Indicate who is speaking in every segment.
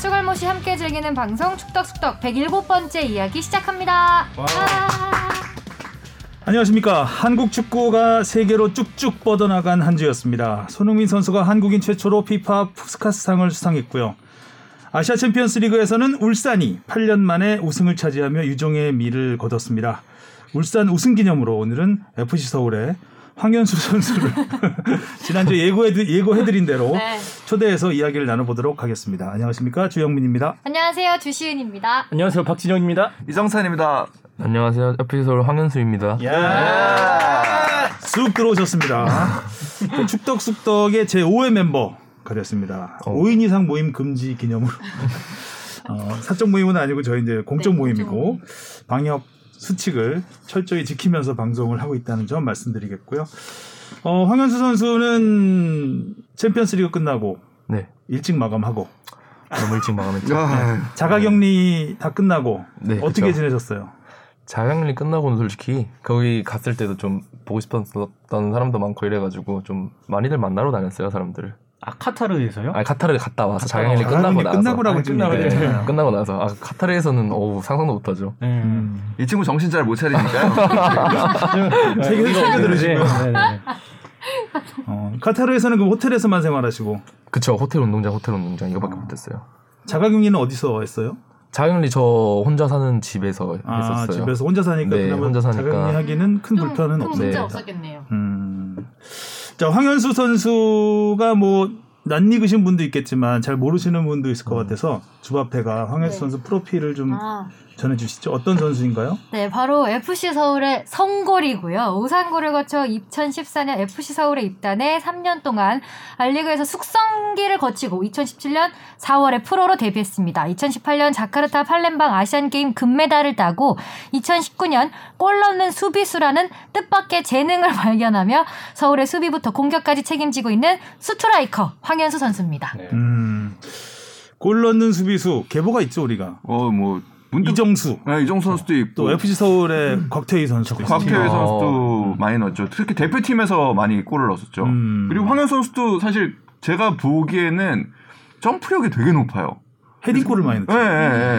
Speaker 1: 추갈모씨 함께 즐기는 방송 축덕숙덕 107번째 이야기 시작합니다. 아.
Speaker 2: 안녕하십니까. 한국 축구가 세계로 쭉쭉 뻗어나간 한 주였습니다. 손흥민 선수가 한국인 최초로 피파 푸스카스상을 수상했고요. 아시아 챔피언스리그에서는 울산이 8년 만에 우승을 차지하며 유종의 미를 거뒀습니다. 울산 우승 기념으로 오늘은 FC 서울의 황현수 선수를 지난주 예고해 예고해드린 대로
Speaker 1: 네.
Speaker 2: 초대해서 이야기를 나눠보도록 하겠습니다. 안녕하십니까 주영민입니다.
Speaker 1: 안녕하세요. 주시은입니다.
Speaker 3: 안녕하세요 박진영입니다.
Speaker 4: 이정찬입니다.
Speaker 5: 안녕하세요. FC 서울 황현수입니다.
Speaker 3: 예.
Speaker 2: 쑥 들어오셨습니다. 그 축덕쑥덕의 제 5회 멤버 가렸습니다.
Speaker 5: 어.
Speaker 2: 5인 이상 모임 금지 기념으로. 어, 사적 모임은 아니고 저희 이제 공적
Speaker 1: 네,
Speaker 2: 모임이고 방역 수칙을 철저히 지키면서 방송을 하고 있다는 점 말씀드리겠고요. 어, 황현수 선수는 챔피언스리그 끝나고
Speaker 5: 네.
Speaker 2: 일찍 마감하고
Speaker 5: 너무 일찍 마감했죠.
Speaker 2: 자가격리 다 끝나고
Speaker 5: 네,
Speaker 2: 어떻게
Speaker 5: 그쵸.
Speaker 2: 지내셨어요?
Speaker 5: 자강리 끝나고는 솔직히 거기 갔을 때도 좀 보고 싶었던 사람도 많고 이래가지고 좀 많이들 만나러 다녔어요 사람들을.
Speaker 3: 아 카타르에서요?
Speaker 5: 아 카타르 갔다 와서 자강리
Speaker 2: 어, 자가격리
Speaker 5: 끝나고 나서
Speaker 2: 끝나고라고 지금
Speaker 3: 끝나고
Speaker 2: 얘기했잖아요.
Speaker 5: 네, 끝나고 나서 아 카타르에서는 어우 상상도 못하죠.
Speaker 3: 네.
Speaker 2: 음.
Speaker 4: 이 친구 정신 잘 못 차리니까요.
Speaker 2: 세계 세계 들으시고요.
Speaker 3: 네, 네, 네.
Speaker 2: 어, 카타르에서는 그 호텔에서만 생활하시고
Speaker 5: 그쵸 호텔 운동장 호텔 운동장
Speaker 2: 아.
Speaker 5: 이거밖에 못했어요.
Speaker 2: 자가격리는 어디서 했어요?
Speaker 5: 자강리 저 혼자 사는 집에서
Speaker 2: 아,
Speaker 5: 했었어요.
Speaker 2: 집에서 혼자 사니까
Speaker 5: 네,
Speaker 2: 그나마
Speaker 5: 혼자 사니까.
Speaker 2: 자가격리 하기는 큰
Speaker 6: 좀큰
Speaker 2: 불편은
Speaker 6: 문제
Speaker 2: 없습니다.
Speaker 6: 없었겠네요.
Speaker 2: 음. 자, 황현수 선수가 뭐 낯익으신 분도 있겠지만 잘 모르시는 분도 있을 것
Speaker 5: 음.
Speaker 2: 같아서 주바페가 황현수
Speaker 6: 네.
Speaker 2: 선수 프로필을 좀
Speaker 6: 아,
Speaker 2: 전해주시죠. 어떤 선수인가요?
Speaker 1: 네, 바로 FC 서울의 성골이고요. 오산골을 거쳐 2014년 FC 서울에 입단해 3년 동안 알리그에서 숙성기를 거치고 2017년 4월에 프로로 데뷔했습니다. 2018년 자카르타 팔렘방 아시안게임 금메달을 따고 2019년 골 넣는 수비수라는 뜻밖의 재능을 발견하며 서울의 수비부터 공격까지 책임지고 있는 스트라이커 황현수 선수입니다.
Speaker 5: 네.
Speaker 2: 음. 골 넣는 수비수 계보가 있죠 우리가
Speaker 4: 어, 뭐 문득
Speaker 2: 이정수
Speaker 4: 네, 이정 선수도
Speaker 2: 또
Speaker 5: 음.
Speaker 4: 있고
Speaker 2: FC 서울의 곽태희 선수도 있고
Speaker 4: 곽태회
Speaker 5: 아.
Speaker 4: 선수도 많이 넣었죠. 특히 대표팀에서 많이 골을 넣었었죠.
Speaker 2: 음.
Speaker 4: 그리고 황현 선수도 사실 제가 보기에는 점프력이 되게 높아요.
Speaker 2: 헤딩골을 많이
Speaker 4: 예,
Speaker 5: 음.
Speaker 2: 넣죠. 네.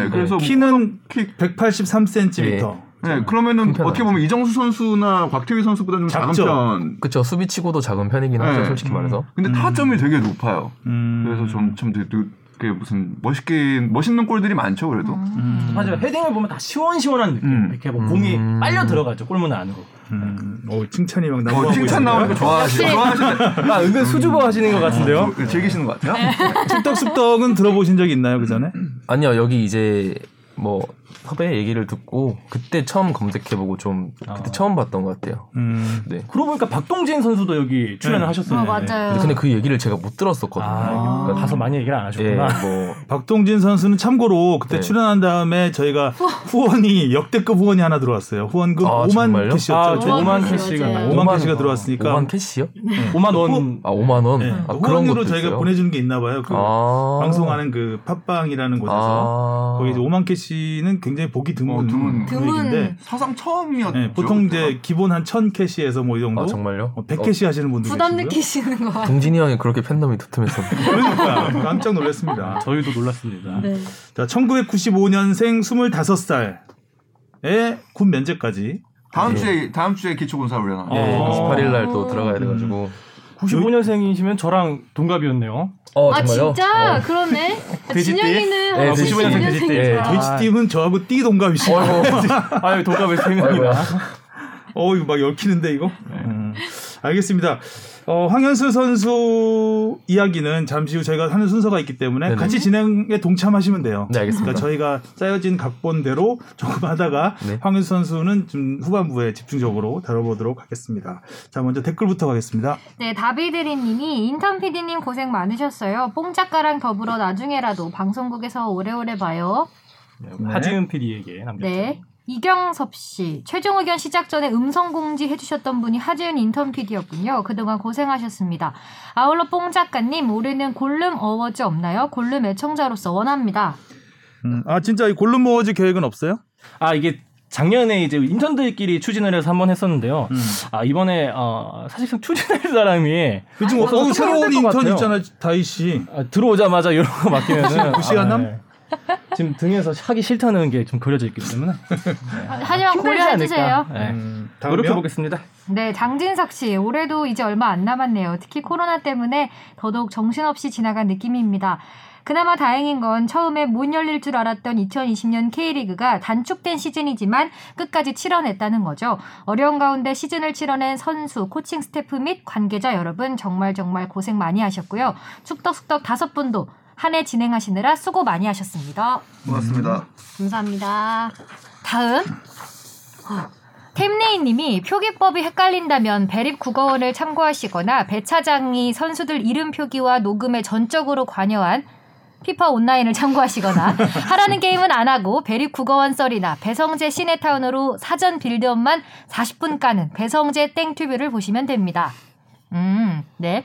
Speaker 4: 예, 예. 그래서
Speaker 2: 키는
Speaker 4: 키-
Speaker 2: 183cm.
Speaker 4: 예, 그러면은
Speaker 5: 큰
Speaker 4: 어떻게 보면 이정수 선수나 곽태휘 선수보다 좀 작은
Speaker 2: 작죠.
Speaker 4: 편.
Speaker 5: 그쵸 수비치고도 작은 편이긴 하죠
Speaker 4: 네.
Speaker 5: 솔직히 말해서.
Speaker 4: 근데 타점이 되게 높아요.
Speaker 2: 음.
Speaker 4: 그래서 좀참 되게 그게 무슨 멋있게 멋있는 골들이 많죠 그래도.
Speaker 2: 음.
Speaker 3: 맞아요. 헤딩을 보면 다 시원시원한 느낌.
Speaker 4: 음.
Speaker 3: 이렇게 뭐 공이
Speaker 5: 음.
Speaker 3: 빨려 들어가죠. 골문 안으로.
Speaker 2: 음. 오, 칭찬이 막 나오고
Speaker 4: 어, 칭찬 나오니까 좋아하시, 좋아하시네.
Speaker 3: 아 은근 수줍어 하시는 것 같은데요?
Speaker 4: 어, 즐기시는 것 같아요.
Speaker 2: 쑥덕쑥덕은 들어보신 적 있나요 그 전에?
Speaker 5: 아니요 여기 이제 뭐 섭외 얘기를 듣고 그때 처음 검색해보고 좀
Speaker 2: 아.
Speaker 5: 그때 처음 봤던 것 같아요.
Speaker 2: 음.
Speaker 5: 네.
Speaker 3: 그러고 보니까 박동진 선수도 여기 출연을
Speaker 2: 네.
Speaker 3: 하셨어요.
Speaker 1: 아,
Speaker 3: 네.
Speaker 1: 맞아요.
Speaker 5: 근데, 근데 그 얘기를 제가 못 들었었거든요.
Speaker 3: 아,
Speaker 5: 그러니까
Speaker 3: 가서 많이 얘기를 안
Speaker 5: 예,
Speaker 3: 하셨구나. 아,
Speaker 5: 뭐
Speaker 2: 박동진 선수는 참고로 그때
Speaker 5: 네.
Speaker 2: 출연한 다음에 저희가 후원이 역대급 후원이 하나 들어왔어요. 후원금
Speaker 5: 아,
Speaker 2: 5만
Speaker 5: 정말요?
Speaker 3: 아,
Speaker 2: 캐시였죠. 네.
Speaker 3: 저
Speaker 6: 오만
Speaker 3: 5만
Speaker 1: 그렇죠,
Speaker 6: 캐시
Speaker 3: 캐시가
Speaker 6: 맞아요.
Speaker 3: 나오고.
Speaker 2: 5만 캐시가 들어왔으니까
Speaker 5: 5만 캐시요?
Speaker 2: 네.
Speaker 3: 5만 원.
Speaker 5: 아 5만 원.
Speaker 2: 네.
Speaker 5: 아, 그런
Speaker 2: 후원으로
Speaker 5: 것도
Speaker 2: 저희가
Speaker 5: 있어요?
Speaker 2: 보내준 게 있나 봐요. 그
Speaker 5: 아.
Speaker 2: 방송하는 그 팟빵이라는 곳에서
Speaker 5: 아.
Speaker 2: 거기 이제 5만 캐시는 굉장히 보기
Speaker 4: 어,
Speaker 2: 드문
Speaker 4: 드문.
Speaker 2: 금액인데
Speaker 1: 드문.
Speaker 4: 사상 처음이었죠.
Speaker 2: 네, 보통
Speaker 4: 그때가.
Speaker 2: 이제 기본 한 1000캐시에서 뭐 이 정도
Speaker 5: 아 정말요? 어,
Speaker 2: 어, 100캐시 하시는 분들
Speaker 1: 부담
Speaker 2: 계시고요.
Speaker 1: 느끼시는 것 같아요.
Speaker 5: 동진이 형이 그렇게 팬덤이 두툼해서
Speaker 2: 그러니까 깜짝 놀랐습니다.
Speaker 3: 저희도
Speaker 1: 음.
Speaker 3: 놀랐습니다.
Speaker 1: 네.
Speaker 2: 자, 1995년생 25살에 군 면제까지.
Speaker 4: 다음 주에 다음 주에 기초 군사 훈련.
Speaker 2: 예.
Speaker 5: 네,
Speaker 2: 어.
Speaker 5: 28일 날 또
Speaker 2: 음.
Speaker 5: 들어가야 돼가지고.
Speaker 3: 95년생이시면 저랑 동갑이었네요.
Speaker 5: 어
Speaker 1: 아
Speaker 5: 정말요?
Speaker 1: 진짜 그러네. 아,
Speaker 3: 돼지띠?
Speaker 1: 진영이는
Speaker 5: 네,
Speaker 1: 한
Speaker 5: 돼지띠.
Speaker 1: 95년생 돼지띠.
Speaker 3: 돼지띠.
Speaker 5: 네.
Speaker 2: 돼지띠은 저하고 띠 동갑이시고.
Speaker 5: 어. 어이구.
Speaker 3: 아유 동갑에 세 명이나.
Speaker 5: 아이고야.
Speaker 2: 어, 이거 막 얽히는데, 이거? 음, 알겠습니다. 어, 황현수 선수 이야기는 잠시 후 저희가 하는 순서가 있기 때문에
Speaker 5: 네네.
Speaker 2: 같이 진행에 동참하시면 돼요. 그러니까
Speaker 5: 네 알겠습니다.
Speaker 2: 저희가 짜여진 각본대로 조금 하다가
Speaker 5: 네.
Speaker 2: 황현수 선수는 좀 후반부에 집중적으로 다뤄보도록 하겠습니다. 자, 먼저 댓글부터 가겠습니다.
Speaker 1: 네, 다비드리님이 인턴 PD님 고생 많으셨어요. 뽕 작가랑 더불어 나중에라도 방송국에서 오래오래 봐요.
Speaker 3: 하지은 PD에게 남겼죠.
Speaker 1: 네. 이경섭 씨, 최종 의견 시작 전에 음성 공지 해주셨던 분이 하지은 인턴 PD였군요. 그동안 고생하셨습니다. 아울러 뽕 작가님, 올해는 골룸 어워즈 없나요? 골룸 애청자로서 원합니다.
Speaker 2: 음, 아, 진짜 이 골룸 모어즈 계획은 없어요?
Speaker 3: 아 이게
Speaker 7: 작년에 이제 인턴들끼리 추진을 해서 한번 했었는데요.
Speaker 2: 음.
Speaker 7: 아 이번에 어, 사실상 추진할 사람이
Speaker 2: 요즘
Speaker 7: 아,
Speaker 2: 어, 어,
Speaker 7: 어,
Speaker 2: 새로운
Speaker 7: 될것
Speaker 2: 인턴
Speaker 7: 같아요.
Speaker 2: 있잖아 다이 씨.
Speaker 7: 아, 들어오자마자 이런 거 맡기면은
Speaker 2: 무시하남?
Speaker 7: 아, 네. 지금 등에서 하기 싫다는 게 좀 그려져 있기 때문에
Speaker 1: 하지만
Speaker 7: 힘들지
Speaker 1: 네, 고려해 주세요.
Speaker 7: 않을까. 네.
Speaker 2: 음, 다음이요?
Speaker 7: 노력해 보겠습니다.
Speaker 1: 네, 장진석 씨 올해도 이제 얼마 안 남았네요. 특히 코로나 때문에 더더욱 정신없이 지나간 느낌입니다. 그나마 다행인 건 처음에 못 열릴 줄 알았던 2020년 K리그가 단축된 시즌이지만 끝까지 치러냈다는 거죠. 어려운 가운데 시즌을 치러낸 선수, 코칭 스태프 및 관계자 여러분 정말 정말 고생 많이 하셨고요. 축덕숙덕 다섯 분도 한 해 진행하시느라 수고 많이 하셨습니다.
Speaker 4: 고맙습니다.
Speaker 1: 감사합니다. 다음. 템레이 님이 표기법이 헷갈린다면 배립 국어원을 참고하시거나 배 차장이 선수들 이름 표기와 녹음에 전적으로 관여한 피파 온라인을 참고하시거나 하라는 게임은 안 하고 배립 국어원 썰이나 배성재 시내타운으로 사전 빌드업만 40분 까는 배성재 땡튜브를 보시면 됩니다. 음, 네.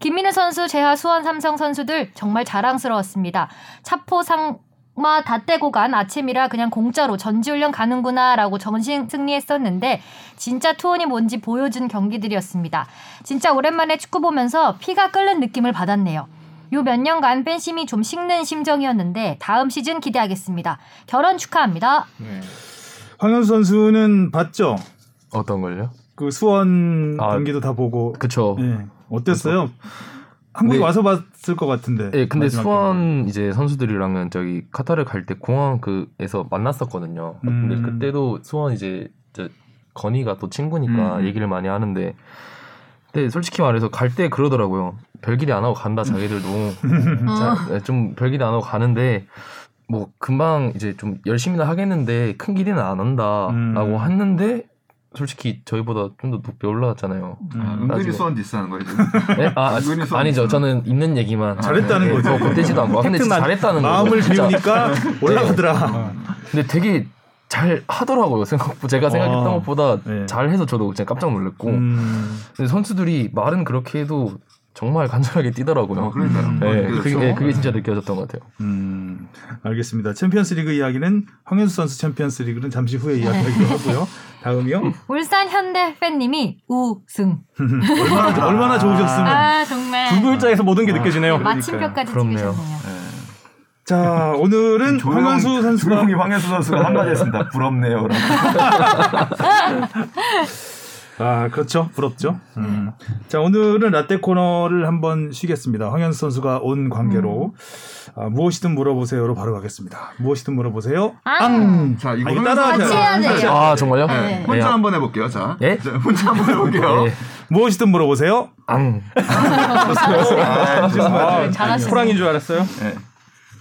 Speaker 1: 김민우 선수, 제하 수원 삼성 선수들 정말 자랑스러웠습니다. 차포 상마 다 떼고 간 아침이라 그냥 공짜로 전지훈련 가는구나라고 정신 승리했었는데 진짜 투혼이 뭔지 보여준 경기들이었습니다. 진짜 오랜만에 축구 보면서 피가 끓는 느낌을 받았네요. 요 몇 년간 팬심이 좀 식는 심정이었는데 다음 시즌 기대하겠습니다. 결혼 축하합니다.
Speaker 2: 황현수 선수는 봤죠.
Speaker 5: 어떤 걸요?
Speaker 2: 그 수원
Speaker 5: 아,
Speaker 2: 경기도 다 보고.
Speaker 5: 그쵸.
Speaker 2: 예. 어땠어요? 한국에
Speaker 5: 네.
Speaker 2: 와서 봤을 것 같은데.
Speaker 5: 예, 근데
Speaker 2: 네, 마지막 경기.
Speaker 5: 수원 이제 선수들이랑은 저기 카타르 갈 때 공항 그에서 만났었거든요.
Speaker 2: 음.
Speaker 5: 근데 그때도 수원 이제 저 건이가 또 친구니까
Speaker 2: 음.
Speaker 5: 얘기를 많이 하는데 근데 솔직히 말해서 갈 때 그러더라고요. 별기대 안 하고 간다 자기들도 자, 네, 좀 별기대 안 하고 가는데 뭐 금방 이제 좀 열심히는 하겠는데 큰 기대는 안
Speaker 2: 음.
Speaker 5: 한다라고 했는데 솔직히 저희보다 좀 더 높이 올라갔잖아요.
Speaker 2: 음.
Speaker 5: 나중에.
Speaker 4: 은근히 수원 디스하는 거예요.
Speaker 5: 네? 아,
Speaker 4: 은근히 수원
Speaker 5: 아니죠.
Speaker 4: 디스하는
Speaker 5: 저는 있는 얘기만
Speaker 2: 잘했다는
Speaker 5: 네,
Speaker 2: 거죠.
Speaker 5: 더 보태지도 않고. 아, 근데 진짜
Speaker 2: 팩트만
Speaker 5: 잘했다는 거죠.
Speaker 2: 마음을
Speaker 5: 진짜. 네. 어.
Speaker 2: 비우니까 올라가더라.
Speaker 5: 근데 되게 잘 하더라고요. 생각보 제가 생각했던
Speaker 2: 어.
Speaker 5: 것보다
Speaker 2: 네.
Speaker 5: 잘해서 저도 진짜 깜짝 놀랐고.
Speaker 2: 음.
Speaker 5: 근데 선수들이 말은 그렇게 해도 정말 간절하게 뛰더라고요.
Speaker 2: 아,
Speaker 4: 어, 그러니까요.
Speaker 5: 네,
Speaker 4: 그렇죠.
Speaker 5: 그게, 네, 그게 진짜 느껴졌던 것 같아요.
Speaker 2: 음, 알겠습니다. 챔피언스리그 이야기는 황현수 선수 챔피언스리그는 잠시 후에 이야기하기로 하고요. 다음이요.
Speaker 1: 울산 현대 팬님이 우승.
Speaker 2: 얼마나 얼마나 아, 좋으셨으면.
Speaker 1: 아 정말
Speaker 7: 두 글자에서 모든 게 느껴지네요.
Speaker 1: 마침표까지
Speaker 5: 그러니까요.
Speaker 1: 찍으셨네요.
Speaker 2: 자 오늘은
Speaker 4: 조용히-
Speaker 2: 그 황현수 선수가
Speaker 4: 조용히 황현수 선수가 한마디 했습니다. 부럽네요. 라고.
Speaker 2: 아 그렇죠 부럽죠. 음. 자 오늘은 라떼 코너를 한번 쉬겠습니다. 황현수 선수가 온 관계로
Speaker 1: 음.
Speaker 2: 아, 무엇이든 물어보세요로 바로 가겠습니다. 무엇이든 물어보세요.
Speaker 1: 아.
Speaker 2: 앙.
Speaker 4: 자,
Speaker 2: 아, 이거
Speaker 4: 이거
Speaker 2: 따라하자.
Speaker 1: 같이 해야 돼요.
Speaker 5: 아, 정말요?
Speaker 4: 네.
Speaker 5: 네,
Speaker 4: 혼자 한번 해볼게요. 자,
Speaker 5: 예?
Speaker 4: 자, 혼자 한번 해볼게요.
Speaker 5: 네.
Speaker 2: 무엇이든 물어보세요.
Speaker 5: 앙.
Speaker 4: 아,
Speaker 2: 아,
Speaker 1: 잘하시네.
Speaker 7: 호랑인 줄 알았어요.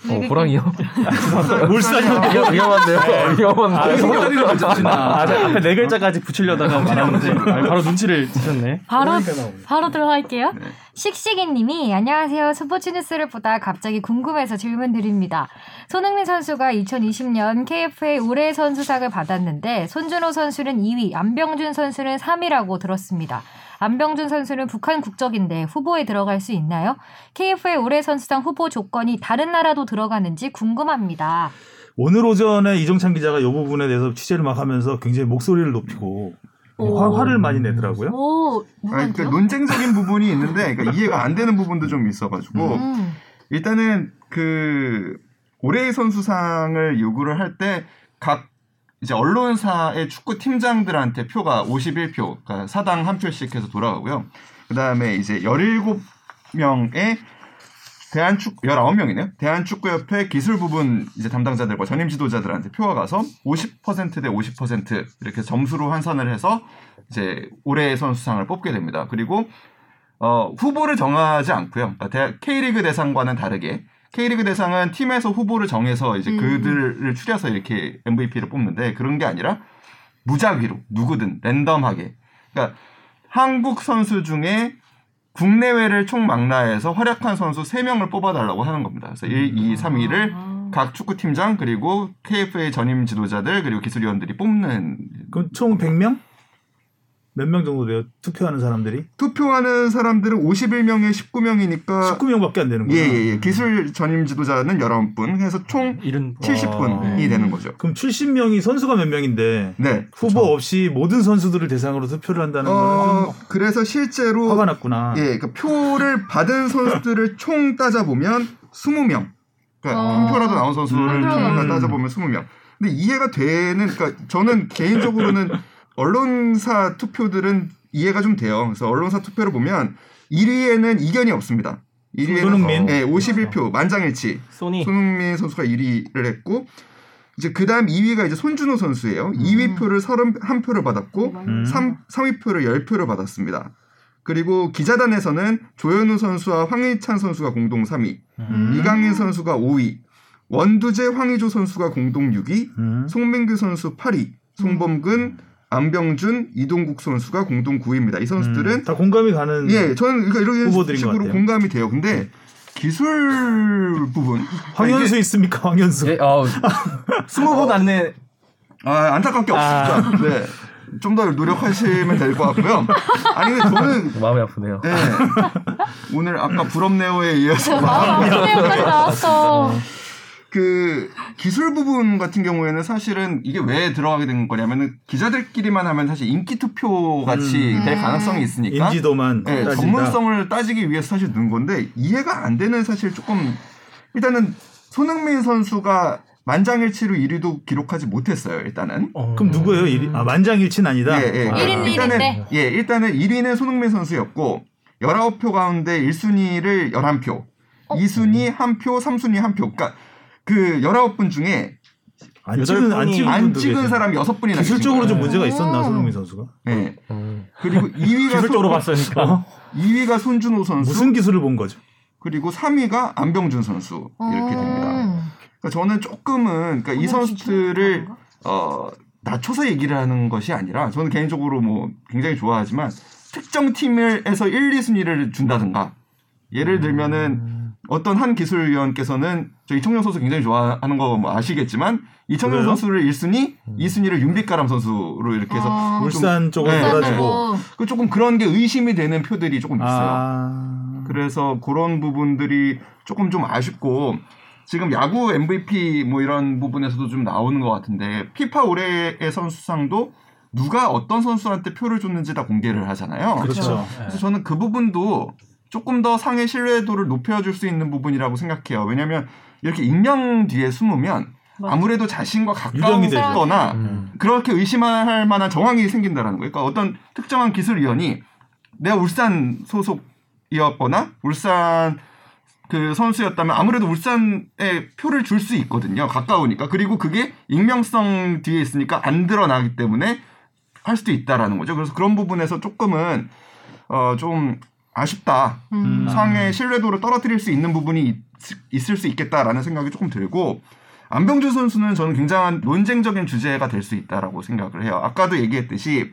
Speaker 5: 어, 호랑이요?
Speaker 2: 울산형
Speaker 5: 위험- 위험한데요? 위험한데.
Speaker 2: 아, 예. 손다리로
Speaker 7: 아, 네, 앞에 네 글자까지 붙이려다가 말하는데 아, 바로 눈치를 채셨네.
Speaker 1: 바로
Speaker 2: 나오네.
Speaker 1: 바로 들어갈게요. 식식이님이 안녕하세요. 스포츠 뉴스를 보다 갑자기 궁금해서 질문 드립니다. 손흥민 선수가 2020년 KFA 올해 선수상을 받았는데 손준호 선수는 2위, 안병준 선수는 3위라고 들었습니다. 안병준 선수는 북한 국적인데 후보에 들어갈 수 있나요? KFA 올해 선수상 후보 조건이 다른 나라도 들어가는지 궁금합니다.
Speaker 2: 오늘 오전에 이종찬 기자가 이 부분에 대해서 취재를 막 하면서 굉장히 목소리를 높이고 화, 화를 많이 내더라고요.
Speaker 1: 오,
Speaker 4: 아니, 그러니까 논쟁적인 부분이 있는데 그러니까 이해가 안 되는 부분도 좀 있어가지고
Speaker 1: 음.
Speaker 4: 일단은 그 올해의 선수상을 요구를 할 때 각 이제 언론사의 축구 팀장들한테 표가 51표, 그러니까 사당 한 표씩 해서 돌아가고요. 그다음에 이제 17명의 대한축구 19명이네요. 대한축구협회 기술 부분 이제 담당자들과 전임 지도자들한테 표가 가서 50%대 50% 이렇게 점수로 환산을 해서 이제 올해의 선수상을 뽑게 됩니다. 그리고 어, 후보를 정하지 않고요. 그러니까 대- K리그 대상과는 다르게 K리그 대상은 팀에서 후보를 정해서 이제
Speaker 1: 음.
Speaker 4: 그들을 추려서 이렇게 MVP를 뽑는데 그런 게 아니라 무작위로 누구든 랜덤하게. 그러니까 한국 선수 중에 국내외를 총망라해서 활약한 선수 3명을 뽑아달라고 하는 겁니다. 그래서 1, 2, 3, 2를
Speaker 1: 아.
Speaker 4: 각 축구팀장 그리고 KFA 전임 지도자들 그리고 기술위원들이 뽑는
Speaker 2: 그럼 총 100명? 몇 명 정도 돼요? 투표하는 사람들이
Speaker 4: 투표하는 사람들은 51명에
Speaker 7: 아.
Speaker 4: 19명이니까
Speaker 2: 19명밖에 안 되는
Speaker 4: 예,
Speaker 2: 거예요.
Speaker 4: 예, 예. 기술 전임 지도자는 11분. 해서 총
Speaker 7: 이런
Speaker 2: 아.
Speaker 4: 70분이
Speaker 2: 네.
Speaker 4: 되는 거죠.
Speaker 2: 그럼 70명이 선수가 몇 명인데
Speaker 4: 네.
Speaker 2: 후보 없이 모든 선수들을 대상으로 투표를 한다는 거는
Speaker 4: 어, 그래서 실제로
Speaker 2: 좀 화가 났구나.
Speaker 4: 예, 그러니까 표를 받은 선수들을 총 따져 보면 20명. 그러니까
Speaker 1: 어.
Speaker 4: 한 표라도 나온 선수를
Speaker 1: 음.
Speaker 4: 총다 따져 보면 20명. 근데 이해가 되는 그러니까 저는 개인적으로는 언론사 투표들은 이해가 좀 돼요. 그래서 언론사 투표를 보면 1위에는 이견이 없습니다. 1위에는
Speaker 2: 손흥민?
Speaker 4: 예, 51표 만장일치.
Speaker 2: 어.
Speaker 7: 소니
Speaker 4: 손흥민 선수가 1위를 했고 이제 그다음 2위가 이제 손준호 선수예요. 2위 표를 31표를 받았고
Speaker 2: 음.
Speaker 4: 3, 3위 표를 10표를 받았습니다. 그리고 기자단에서는 조현우 선수와 황희찬 선수가 공동 3위,
Speaker 2: 음.
Speaker 4: 이강인 선수가 5위, 원두재 황희조 선수가 공동 6위,
Speaker 2: 음.
Speaker 4: 송민규 선수 8위, 송범근, 안병준, 이동국 선수가 공동 9위입니다. 이 선수들은
Speaker 2: 다 공감이 가는
Speaker 4: 예, 저는 그러니까 이런
Speaker 2: 음. 후보들인 것
Speaker 4: 식으로
Speaker 2: 같아요.
Speaker 4: 공감이 돼요. 근데 기술 부분
Speaker 2: 황현수 있습니까? 황현수.
Speaker 5: 예, 아,
Speaker 7: 스무 분 안에
Speaker 4: 아, 안타깝게
Speaker 7: 아.
Speaker 4: 없습니다. 네. 좀 더 노력하시면 될 것 같고요. 아니, 근데 저는,
Speaker 5: 마음이 아프네요.
Speaker 4: 네. 오늘 아까 부럽네오에 이어서
Speaker 1: 아, 이 나왔어.
Speaker 4: 그 기술 부분 같은 경우에는 사실은 이게 왜 들어가게 된 거냐면은 기자들끼리만 하면 사실 인기 투표 같이 될 가능성이
Speaker 2: 음.
Speaker 4: 있으니까.
Speaker 2: 인지도만
Speaker 4: 네,
Speaker 2: 따진다.
Speaker 4: 전문성을 따지기 위해서 사실 넣은 건데 이해가 안 되는 사실 조금 일단은 손흥민 선수가 만장일치로 1위도 기록하지 못했어요. 일단은.
Speaker 2: 그럼 누구예요? 일- 아 만장일치는 아니다.
Speaker 4: 예, 예.
Speaker 2: 아.
Speaker 1: 일인
Speaker 4: 일단은,
Speaker 1: 일인데.
Speaker 4: 예, 일단은 1위는 손흥민 선수였고 19표 가운데 1순위를 11표,
Speaker 1: 어?
Speaker 4: 2순위 1표, 3순위 1표. 그러니까 그 19분 중에
Speaker 2: 안 찍은 안
Speaker 7: 여덟 분이
Speaker 2: 찍은
Speaker 4: 안
Speaker 2: 분도
Speaker 4: 찍은
Speaker 2: 계세요.
Speaker 4: 사람이 6분이나
Speaker 2: 기술적으로 좀 문제가
Speaker 1: 음.
Speaker 2: 있었나 손흥민 선수가?
Speaker 4: 예.
Speaker 5: 음.
Speaker 4: 그리고 2위가
Speaker 7: 기술적으로 봤으니까.
Speaker 4: 2위가 손준호 선수
Speaker 2: 무슨 기술을 본
Speaker 4: 어,
Speaker 2: 거죠?
Speaker 4: 그리고 3위가 안병준 선수 이렇게
Speaker 1: 어. 음.
Speaker 4: 됩니다. 그러니까 저는 조금은 그러니까 이 선수들을 어, 낮춰서 얘기를 하는 것이 아니라 저는 개인적으로 뭐 굉장히 좋아하지만 특정 팀을에서 1, 2 순위를 준다든가 예를 들면은 어떤 한 기술위원께서는 저 이청용 선수 굉장히 좋아하는 거뭐 아시겠지만 이청용
Speaker 2: 그래요? 음.
Speaker 4: 선수를 1순위, 2순위를 윤빛가람 선수로 이렇게 해서
Speaker 1: 아.
Speaker 4: 좀-
Speaker 2: 울산 쪽으로
Speaker 4: 네,
Speaker 2: 몰아주고.
Speaker 1: 음.
Speaker 4: 그 조금 그런 게 의심이 되는 표들이 조금 있어요.
Speaker 2: 아.
Speaker 4: 그래서 그런 부분들이 조금 좀 아쉽고 지금 야구 MVP 뭐 이런 부분에서도 좀 나오는 것 같은데 피파 올해의 선수상도 누가 어떤 선수한테 표를 줬는지 다 공개를 하잖아요.
Speaker 2: 그렇죠.
Speaker 4: 그래서 저는 그 부분도 조금 더 상의 신뢰도를 높여줄 수 있는 부분이라고 생각해요. 왜냐하면 이렇게 익명 뒤에 숨으면 아무래도 자신과
Speaker 2: 유령이 되죠.
Speaker 4: 가까우거나
Speaker 5: 음.
Speaker 4: 그렇게 의심할 만한 정황이 생긴다라는 거예요. 그러니까 어떤 특정한 기술위원이 내가 울산 소속이었거나 울산 그 선수였다면 아무래도 울산에 표를 줄 수 있거든요. 가까우니까. 그리고 그게 익명성 뒤에 있으니까 안 드러나기 때문에 할 수도 있다라는 거죠. 그래서 그런 부분에서 조금은 어 좀 아쉽다.
Speaker 1: 음.
Speaker 4: 상의 신뢰도를 떨어뜨릴 수 있는 부분이 있, 을수 있겠다라는 생각이 조금 들고 안병준 선수는 저는 굉장한 논쟁적인 주제가 될 수 있다라고 생각을 해요. 아까도 얘기했듯이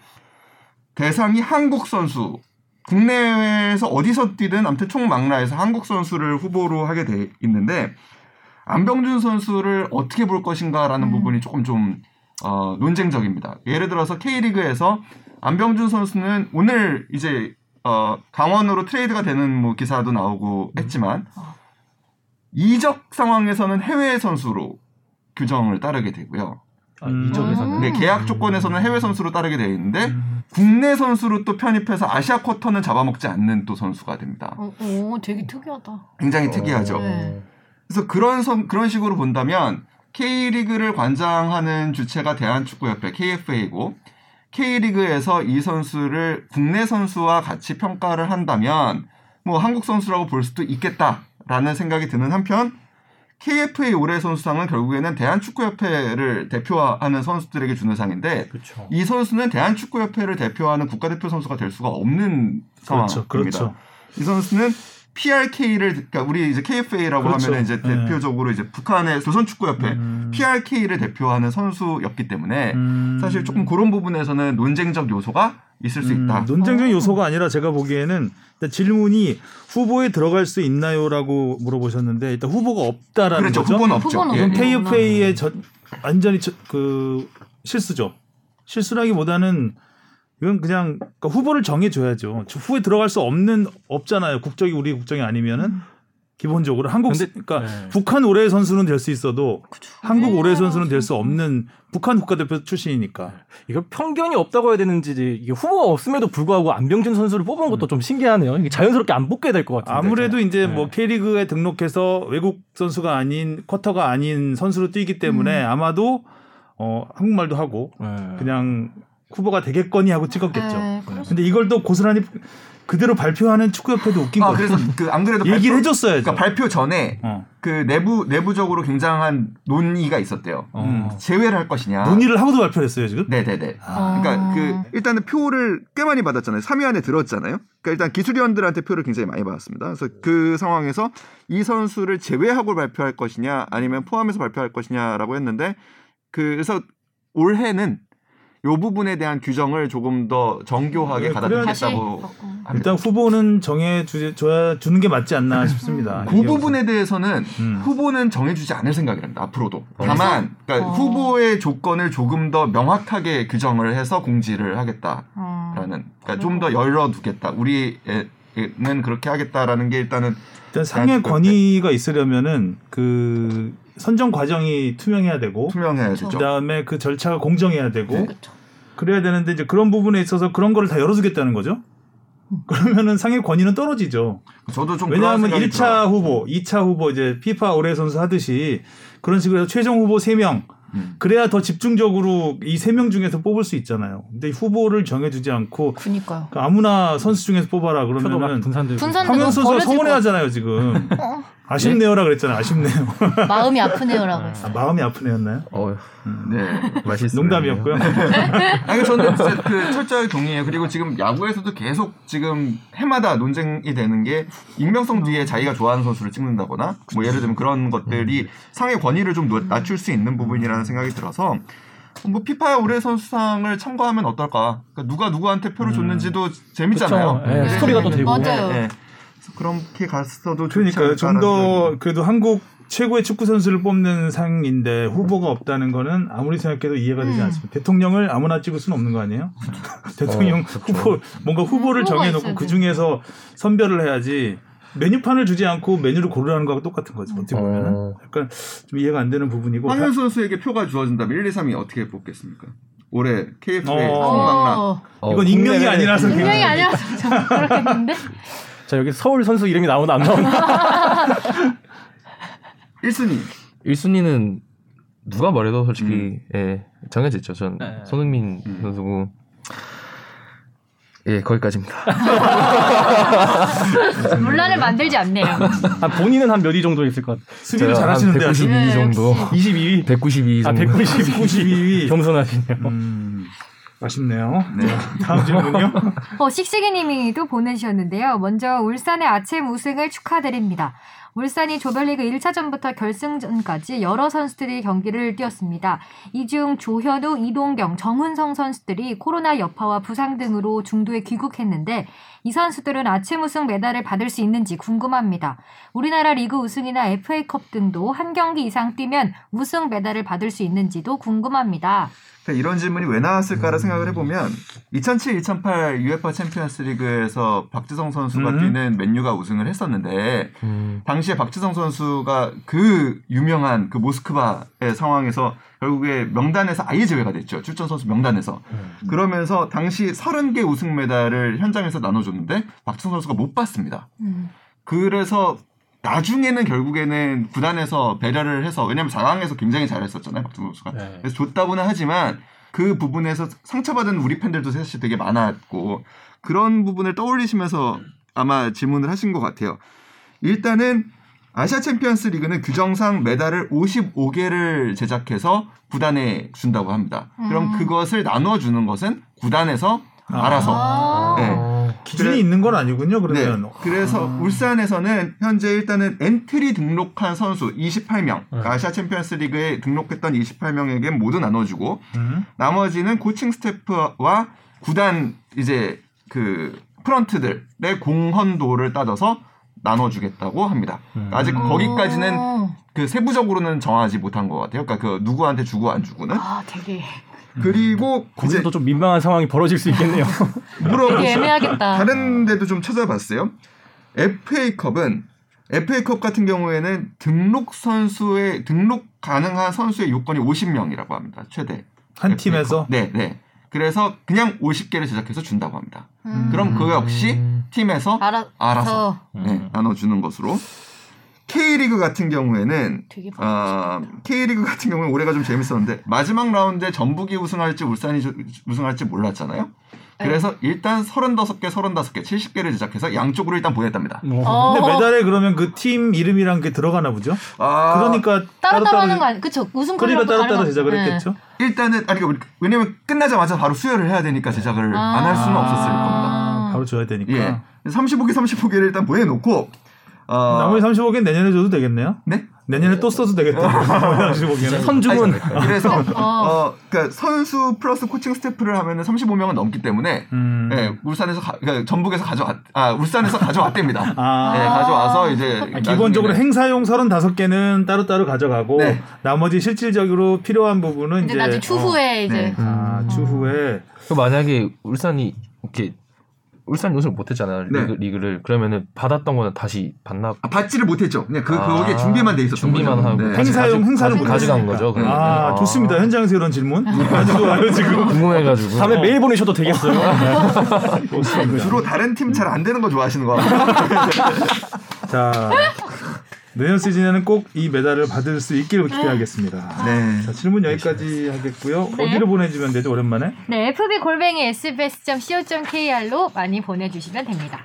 Speaker 4: 대상이 한국 선수 국내에서 어디서 뛰든 아무튼 총망라에서 한국 선수를 후보로 하게 돼 있는데 안병준 선수를 어떻게 볼 것인가라는 부분이 조금 좀 어, 논쟁적입니다. 예를 들어서 K리그에서 안병준 선수는 오늘 이제 어, 강원으로 트레이드가 되는 뭐 기사도 나오고 했지만 이적 상황에서는 해외 선수로 규정을 따르게 되고요.
Speaker 2: 음.
Speaker 1: 이적에서는?
Speaker 4: 네, 계약 조건에서는 해외 선수로 따르게 되어 있는데 국내 선수로 또 편입해서 아시아 쿼터는 잡아먹지 않는 또 선수가 됩니다.
Speaker 1: 어, 오, 되게 특이하다.
Speaker 4: 굉장히 특이하죠.
Speaker 1: 네.
Speaker 4: 그래서 그런 선- 그런 식으로 본다면 K리그를 관장하는 주체가 대한축구협회 KFA고 K리그에서 이 선수를 국내 선수와 같이 평가를 한다면 뭐 한국 선수라고 볼 수도 있겠다라는 생각이 드는 한편 KFA 올해 선수상은 결국에는 대한축구협회를 대표하는 선수들에게 주는 상인데
Speaker 7: 그렇죠.
Speaker 4: 이 선수는 대한축구협회를 대표하는 국가대표 선수가 될 수가 없는
Speaker 2: 그렇죠.
Speaker 4: 상황입니다.
Speaker 2: 그렇죠.
Speaker 4: 이 선수는 PRK를 그러니까 우리 이제 KFA라고
Speaker 2: 그렇죠.
Speaker 4: 하면 이제
Speaker 2: 네.
Speaker 4: 대표적으로 이제 북한의 조선축구협회
Speaker 2: 음.
Speaker 4: PRK를 대표하는 선수였기 때문에
Speaker 2: 음.
Speaker 4: 사실 조금 그런 부분에서는 논쟁적 요소가 있을 수 있다.
Speaker 2: 음, 논쟁적 요소가 아니라 제가 보기에는 일단 질문이 후보에 들어갈 수 있나요라고 물어보셨는데 일단 후보가 없다라는
Speaker 4: 그렇죠.
Speaker 2: 거죠.
Speaker 4: 후보는 없죠.
Speaker 1: 후보는
Speaker 4: 예.
Speaker 1: 없네.
Speaker 2: KFA의 전, 완전히 저- 그 실수죠. 실수라기보다는 이건 그냥 그러니까 후보를 정해줘야죠. 저 후에 들어갈 수 없는 없잖아요. 국적이 우리 국적이 아니면은 기본적으로 한국
Speaker 7: 근데-
Speaker 2: 그러니까
Speaker 7: 네.
Speaker 2: 북한 올해의 선수는 될 수 있어도 한국 올해의 네, 선수는 될 수 없는 북한 국가대표
Speaker 4: 네.
Speaker 2: 출신이니까
Speaker 7: 이거 편견이 없다고 해야 되는지 이게 후보가 없음에도 불구하고 안병준 선수를 뽑은 것도 좀 신기하네요. 이게 자연스럽게 안 뽑게 될 것 같은데.
Speaker 2: 아무래도
Speaker 7: 네.
Speaker 2: 이제 뭐 K리그에 등록해서 외국 선수가 아닌 쿼터가 아닌 선수로 뛰기 때문에 아마도 어 한국말도 하고
Speaker 7: 네.
Speaker 2: 그냥 후보가 되겠거니 하고 찍었겠죠.
Speaker 1: 네, 그렇죠.
Speaker 2: 근데 이걸 또 고스란히 그대로 발표하는 축구협회도 웃긴
Speaker 4: 아
Speaker 2: 거예요.
Speaker 4: 그래서 그 안 그래도
Speaker 2: 얘기를
Speaker 4: 발표-
Speaker 2: 해줬어야죠.
Speaker 4: 그러니까 발표 전에
Speaker 2: 어.
Speaker 4: 그 내부 내부적으로 굉장한 논의가 있었대요.
Speaker 2: 음.
Speaker 4: 제외를 할 것이냐.
Speaker 2: 논의를 하고도 발표했어요 지금.
Speaker 4: 네네네.
Speaker 1: 아.
Speaker 8: 그러니까 그 일단은 표를 꽤 많이 받았잖아요. 3위 안에 들었잖아요. 그러니까 일단 기술위원들한테 표를 굉장히 많이 받았습니다.
Speaker 2: 네.
Speaker 8: 그래서 그 상황에서 이 선수를 제외하고 발표할 것이냐 아니면 포함해서 발표할 것이냐라고 했는데 그- 그래서 올해는 요 부분에 대한 규정을 조금 더 정교하게
Speaker 2: 네,
Speaker 1: 다시
Speaker 4: 가다듬겠다고
Speaker 1: 어.
Speaker 2: 일단 후보는 정해 주, 줘야 주는 게 맞지 않나 싶습니다.
Speaker 4: 그 부분에 대해서는
Speaker 2: 음.
Speaker 4: 후보는 정해주지 않을 생각이랍니다. 앞으로도.
Speaker 5: 어.
Speaker 4: 다만 그러니까
Speaker 1: 어.
Speaker 4: 후보의 조건을 조금 더 명확하게 규정을 해서 공지를 하겠다라는.
Speaker 1: 어.
Speaker 4: 그러니까 좀 더 열어두겠다. 우리는 그렇게 하겠다라는 게 일단은
Speaker 2: 일단
Speaker 4: 네.
Speaker 2: 상의 권위가 있으려면은 그 선정 과정이 투명해야 되고
Speaker 4: 투명해야 되죠.
Speaker 2: 그다음에 그 절차가
Speaker 1: 네.
Speaker 2: 공정해야 되고 그래야 되는데 이제 그런 부분에 있어서 그런 거를 다 열어주겠다는 거죠. 그러면은 상의 권위는 떨어지죠.
Speaker 4: 저도 좀
Speaker 2: 왜냐하면
Speaker 4: 그런 생각이
Speaker 2: 1차 후보, 2차 후보 이제 피파 올해 선수 하듯이 그런 식으로 해서 최종 후보 3명
Speaker 4: 음.
Speaker 2: 그래야 더 집중적으로 이 3명 중에서 뽑을 수 있잖아요. 근데 후보를 정해주지 않고
Speaker 1: 그니까요. 아무나
Speaker 2: 아무나 선수 중에서 뽑아라
Speaker 7: 표도 막
Speaker 2: 그러면은
Speaker 3: 음.
Speaker 7: 분산되고.
Speaker 1: 분산-
Speaker 2: 황현 선수가
Speaker 1: 버려질 것
Speaker 2: 서운해하잖아요 지금. 아쉽네요라 그랬잖아요. 아쉽네요.
Speaker 1: 마음이 아프네요라고 했어요.
Speaker 2: 아, 마음이 아프네였나요?
Speaker 5: 어,
Speaker 4: 들어요. 네.
Speaker 5: 맛있어요.
Speaker 2: 농담이었고요.
Speaker 4: 아니 저는 진짜 그 철저히 동의해요. 그리고 지금 야구에서도 계속 지금 해마다 논쟁이 되는 게 익명성 뒤에 자기가 좋아하는 선수를 찍는다거나 뭐 예를 들면 그런
Speaker 2: 음.
Speaker 4: 것들이 상의 권위를 좀 놓- 낮출 수 있는 부분이라는 생각이 들어서 뭐 피파 올해 선수상을 참고하면 어떨까? 그러니까 누가 누구한테 표를
Speaker 2: 음.
Speaker 4: 줬는지도 재밌잖아요.
Speaker 7: 그쵸. 예,
Speaker 4: 네.
Speaker 7: 스토리가 또 되고.
Speaker 1: 맞아요.
Speaker 4: 예. 그래서 그렇게 갔어도 좋지
Speaker 2: 그러니까 좀
Speaker 4: 않을까라는
Speaker 2: 더 그래도 한국 최고의 축구 선수를 뽑는 상인데 후보가 없다는 거는 아무리 생각해도 이해가 되지
Speaker 1: 음.
Speaker 2: 않습니다. 대통령을 아무나 찍을 수는 없는 거 아니에요? 대통령
Speaker 5: 어, 그렇죠.
Speaker 2: 후보 뭔가 후보를
Speaker 1: 후보가
Speaker 2: 정해놓고
Speaker 1: 있어야
Speaker 2: 그
Speaker 1: 되죠.
Speaker 2: 중에서 선별을 해야지 메뉴판을 주지 않고 메뉴를 고르라는 거하고 똑같은 거죠. 어떻게 보면은
Speaker 5: 어,
Speaker 2: 약간 좀 이해가 안 되는 부분이고
Speaker 4: 황현 선수에게 표가 주어진다면 1, 2, 3위 어떻게 뽑겠습니까? 올해 KFA
Speaker 2: 어.
Speaker 4: 성강락
Speaker 1: 어.
Speaker 5: 어,
Speaker 2: 이건 익명이 아니라서
Speaker 1: 분명히 아니라서 좀 그렇겠는데.
Speaker 7: 자 여기 서울 선수 이름이 나오나 안 나오나.
Speaker 4: 1순위
Speaker 5: 1순위는 누가 말해도 솔직히 예, 정해졌죠. 전
Speaker 7: 네.
Speaker 5: 손흥민 선수고 예 거기까지입니다.
Speaker 1: 논란을 만들지 않네요.
Speaker 7: 아, 본인은 한 몇 위 정도 있을 것 같아.
Speaker 2: 수비를
Speaker 5: 제가 한
Speaker 2: 잘하시는데 아직
Speaker 5: 192
Speaker 1: 네,
Speaker 5: 정도,
Speaker 7: 22위.
Speaker 5: 192
Speaker 7: 아
Speaker 5: 정도.
Speaker 7: 192위.
Speaker 2: 92위.
Speaker 7: 겸손하시네요.
Speaker 2: 음, 아쉽네요.
Speaker 4: 네.
Speaker 2: 다음 질문요.
Speaker 5: 네.
Speaker 1: 어, 씩씩이님이도 보내주셨는데요. 먼저 울산의 아침 우승을 축하드립니다. 울산이 조별리그 1차전부터 결승전까지 여러 선수들이 경기를 뛰었습니다. 이 중 조현우, 이동경, 정은성 선수들이 코로나 여파와 부상 등으로 중도에 귀국했는데 이 선수들은 아침 우승 메달을 받을 수 있는지 궁금합니다. 우리나라 리그 우승이나 FA컵 등도 한 경기 이상 뛰면 우승 메달을 받을 수 있는지도 궁금합니다.
Speaker 4: 그러니까 이런 질문이 왜 나왔을까를 생각을 해보면 2007-2008 UEFA 챔피언스 리그에서 박지성 선수가
Speaker 2: 음.
Speaker 4: 뛰는 맨유가 우승을 했었는데
Speaker 5: 음,
Speaker 4: 당시에 박지성 선수가 그 유명한 그 모스크바의 상황에서 결국에 명단에서 아예 제외가 됐죠. 출전 선수 명단에서. 그러면서 당시 30개 우승 메달을 현장에서 나눠줬는데 박지성 선수가 못 받습니다.
Speaker 1: 음.
Speaker 4: 그래서 나중에는 결국에는 구단에서 배려를 해서 왜냐면 4강에서 굉장히 잘했었잖아요 박준호 선수가
Speaker 7: 네.
Speaker 4: 그래서 좋다고는 하지만 그 부분에서 상처받은 우리 팬들도 사실 되게 많았고 그런 부분을 떠올리시면서 아마 질문을 하신 것 같아요 일단은 아시아 챔피언스 리그는 규정상 메달을 55개를 제작해서 구단에 준다고 합니다 그럼
Speaker 1: 음.
Speaker 4: 그것을 나눠주는 것은 구단에서
Speaker 2: 아.
Speaker 4: 알아서 네.
Speaker 7: 어,
Speaker 2: 기준이
Speaker 4: 그래-
Speaker 2: 있는 건 아니군요.
Speaker 4: 네.
Speaker 2: 그러면
Speaker 4: 그래서
Speaker 3: 아.
Speaker 4: 울산에서는 현재 일단은 엔트리 등록한 선수 28명,
Speaker 7: 네.
Speaker 4: 아시아 챔피언스 리그에 등록했던 28명에게 모두 나눠주고,
Speaker 5: 네.
Speaker 2: 음.
Speaker 4: 나머지는 코칭 스태프와 구단 이제 그 프런트들의 공헌도를 따져서 나눠주겠다고 합니다.
Speaker 3: 음.
Speaker 4: 아직 거기까지는
Speaker 1: 어.
Speaker 4: 그 세부적으로는 정하지 못한 것 같아요. 그러니까 그 누구한테 주고 안 주고는.
Speaker 1: 아, 되게
Speaker 4: 그리고 이제
Speaker 3: 음. 거기서도 좀 민망한 상황이 벌어질 수 있겠네요.
Speaker 4: 물어
Speaker 1: 되게 애매하겠다.
Speaker 2: 음.
Speaker 4: 다른 데도 좀 찾아봤어요. FA컵은 FA컵 같은 경우에는 등록 선수의 등록 가능한 선수의 요건이 50명이라고 합니다. 최대.
Speaker 2: 한 팀에서
Speaker 4: 네, 네. 그래서 그냥 50개를 제작해서 준다고 합니다.
Speaker 1: 음.
Speaker 4: 그럼 그거 역시 팀에서
Speaker 1: 알아,
Speaker 4: 알아서
Speaker 1: 서
Speaker 2: 음.
Speaker 4: 네, 나눠주는 것으로. K리그 같은 경우에는
Speaker 1: 되게 바-
Speaker 4: 아, K리그 같은 경우는 올해가 좀 재밌었는데 마지막 라운드에 전북이 우승할지 울산이 주- 우승할지 몰랐잖아요. 그래서 일단 35개, 35개, 70개를 제작해서 양쪽으로 일단 보냈답니다.
Speaker 1: 어.
Speaker 2: 근데 메달에 그러면 그 팀 이름이랑 게 들어가나 보죠?
Speaker 4: 아,
Speaker 2: 그러니까
Speaker 1: 따로 따로 하는
Speaker 2: 따로
Speaker 1: 거 아니? 그쵸? 우승
Speaker 2: 그러니까
Speaker 1: 컬럼도
Speaker 2: 따로 따로
Speaker 1: 다른
Speaker 2: 제작을
Speaker 1: 거- 네.
Speaker 2: 했겠죠.
Speaker 4: 일단은 아니 그러니까 왜냐면 끝나자마자 바로 수혈을 해야 되니까 제작을 안 할 수는 없었을 겁니다.
Speaker 1: 아.
Speaker 2: 바로 줘야 되니까.
Speaker 4: 예, 35개, 35개를 일단 보내놓고 어,
Speaker 2: 아. 나머지 35개는 내년에 줘도 되겠네요.
Speaker 4: 네?
Speaker 2: 내년에 또 써도
Speaker 4: 어.
Speaker 2: 되겠다. 35개는.
Speaker 3: 선중은
Speaker 4: 그래서
Speaker 1: 어.
Speaker 4: 어, 그러니까 선수 플러스 코칭 스태프를 하면은 35명은 넘기 때문에
Speaker 2: 음.
Speaker 4: 예, 울산에서 가, 그러니까 전북에서 가져왔 아 울산에서 가져왔답니다.
Speaker 2: 아.
Speaker 4: 예, 가져와서 이제
Speaker 2: 아, 기본적으로
Speaker 4: 나중에는-
Speaker 2: 행사용 35개는 따로따로 가져가고
Speaker 4: 네.
Speaker 2: 나머지 실질적으로 필요한 부분은
Speaker 1: 근데
Speaker 2: 이제 어.
Speaker 1: 나중에 음. 추후에 이제
Speaker 4: 네.
Speaker 2: 아, 추후에
Speaker 5: 그 만약에 울산이 이렇게 울산이 우승을 못했잖아요
Speaker 4: 네.
Speaker 5: 리그, 리그를 그러면은 받았던 거는 다시 받나
Speaker 4: 아, 받지를 못했죠. 그냥 그
Speaker 5: 아,
Speaker 4: 거기에 준비만 돼 있었던
Speaker 5: 준비만
Speaker 4: 거죠.
Speaker 5: 하고
Speaker 4: 네.
Speaker 5: 다시
Speaker 2: 행사용
Speaker 5: 가지-
Speaker 2: 행사는
Speaker 5: 가지- 가져간 거죠.
Speaker 2: 아,
Speaker 4: 음.
Speaker 5: 그러면.
Speaker 2: 좋습니다. 현장에서 이런 질문 아주 좋아요 지금.
Speaker 5: 궁금해가지고
Speaker 3: 다음에 메일 보내셔도 되겠어요.
Speaker 2: 좋습니다.
Speaker 4: 그 주로 다른 팀 잘 안 되는 거 좋아하시는 거 같아요.
Speaker 2: 자 내년 시즌에는 꼭 이 메달을 받을 수 있길 기대하겠습니다.
Speaker 1: 아.
Speaker 4: 네.
Speaker 2: 자, 질문 여기까지 하겠고요.
Speaker 1: 네.
Speaker 2: 어디로 보내주면 되죠? 오랜만에.
Speaker 1: 네, FB 골뱅이 sbs.co.kr로 많이 보내주시면 됩니다.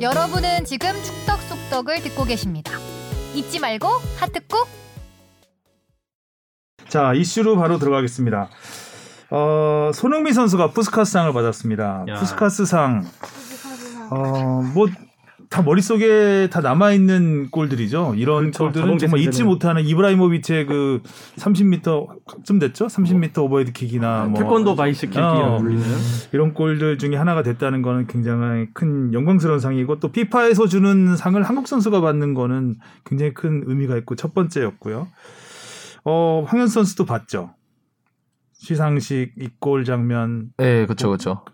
Speaker 1: 여러분은 지금 축덕 속덕을 듣고 계십니다. 잊지 말고 하트 꾹.
Speaker 2: 자 이슈로 바로 들어가겠습니다. 어, 손흥민 선수가 푸스카스상을 받았습니다.
Speaker 3: 야.
Speaker 2: 푸스카스상 어뭐 다 머릿속에 다 남아있는 골들이죠. 이런
Speaker 3: 그렇죠.
Speaker 2: 골들은
Speaker 3: 자동
Speaker 2: 정말 잊지
Speaker 3: 재생되는.
Speaker 2: 못하는 이브라이모비치의 그 30m쯤 됐죠? 30m 오버헤드킥이나 뭐
Speaker 3: 아, 태권도 바이스킥이라고
Speaker 2: 어.
Speaker 3: 불리는
Speaker 2: 이런 골들 중에 하나가 됐다는 거는 굉장히 큰 영광스러운 상이고 또 피파에서 주는 상을 한국 선수가 받는 거는 굉장히 큰 의미가 있고 첫 번째였고요. 어, 황현 선수도 봤죠. 시상식 입골 장면.
Speaker 5: 네 그쵸 그쵸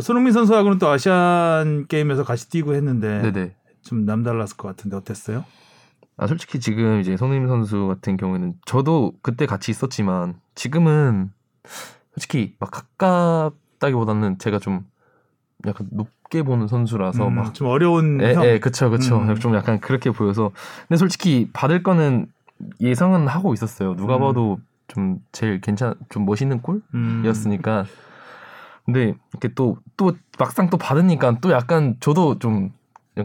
Speaker 2: 손흥민 선수하고는 또 아시안 게임에서 같이 뛰고 했는데
Speaker 5: 네네
Speaker 2: 좀 남달랐을 것 같은데 어땠어요?
Speaker 5: 아 솔직히 지금 이제 손흥민 선수 같은 경우에는 저도 그때 같이 있었지만 지금은 솔직히 막 가깝다기보다는 제가 좀 약간 높게 보는 선수라서
Speaker 2: 음,
Speaker 5: 막
Speaker 2: 좀 어려운
Speaker 5: 예,
Speaker 2: 형.
Speaker 5: 예, 그쵸, 그쵸.
Speaker 2: 음.
Speaker 5: 좀 약간 그렇게 보여서. 근데 솔직히 받을 거는 예상은 하고 있었어요. 누가
Speaker 2: 음.
Speaker 5: 봐도 좀 제일 괜찮, 좀 멋있는
Speaker 2: 음.
Speaker 5: 골이었으니까. 근데 이렇게 또, 또 막상 또 받으니까 또 약간 저도 좀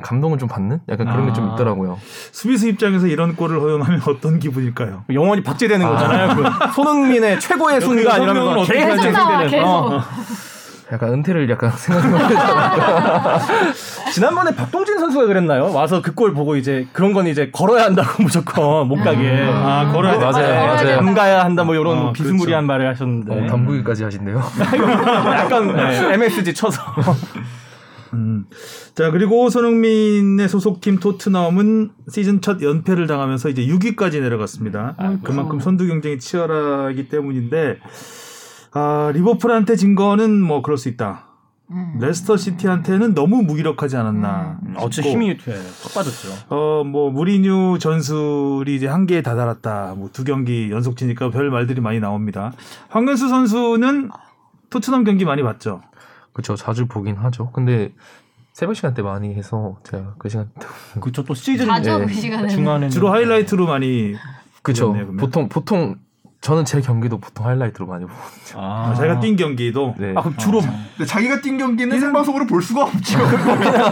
Speaker 5: 감동을 좀 받는? 약간 그런 게 좀
Speaker 3: 아.
Speaker 5: 있더라고요.
Speaker 2: 수비수 입장에서 이런 골을 허용하면 어떤 기분일까요?
Speaker 3: 영원히 박제되는 거잖아요. 그 손흥민의 최고의 순간 이런
Speaker 2: 성명은
Speaker 3: 거
Speaker 2: 어떻게
Speaker 3: 계속
Speaker 2: 하죠?
Speaker 1: 계속 나와,
Speaker 3: 재생되는. 어.
Speaker 1: 계속.
Speaker 5: 약간 은퇴를 약간 생각하고.
Speaker 3: 지난번에 박동진 선수가 그랬나요? 와서 그 골 보고 이제 그런 건 이제 걸어야 한다고 무조건 못 가게.
Speaker 2: 아, 걸어야 돼.
Speaker 5: 맞아요,
Speaker 1: 걸어야
Speaker 5: 맞아요.
Speaker 1: 돼.
Speaker 3: 안 가야 한다 뭐 이런
Speaker 2: 어,
Speaker 3: 비스무리한 말을 하셨는데
Speaker 5: 어, 담그기까지 하신대요.
Speaker 3: 약간 네, MSG 쳐서
Speaker 2: 음. 자 그리고 손흥민의 소속팀 토트넘은 시즌 첫 연패를 당하면서 이제 6위까지 내려갔습니다.
Speaker 3: 아,
Speaker 2: 그만큼 선두 경쟁이 치열하기 때문인데 아 리버풀한테 진 거는 뭐 그럴 수 있다.
Speaker 1: 음,
Speaker 2: 레스터 시티한테는 너무 무기력하지 않았나.
Speaker 3: 어째 힘이 네, 확 빠졌죠.
Speaker 2: 어뭐 무리뉴 전술이 이제 한계에 다다랐다. 뭐 두 경기 연속 지니까 별 말들이 많이 나옵니다. 황현수 선수는 토트넘 경기 많이 봤죠.
Speaker 5: 그쵸, 자주 보긴 하죠. 근데 새벽 시간 때 많이 해서 제가 그 시간 때.
Speaker 3: 그쵸 또 시즌 네.
Speaker 1: 가죠,
Speaker 5: 예.
Speaker 1: 그 시간에.
Speaker 3: 중간에
Speaker 2: 주로 하이라이트로 많이
Speaker 5: 그쵸.
Speaker 2: 그렇네요, 그러면.
Speaker 5: 보통, 보통, 저는 제 경기도 보통 하이라이트로 많이 보고.
Speaker 3: 아,
Speaker 2: 아, 자기가 뛴 경기도
Speaker 5: 네.
Speaker 3: 아 그럼 주로
Speaker 4: 근데 자기가 뛴 경기는 생방송으로 볼 수가 없죠.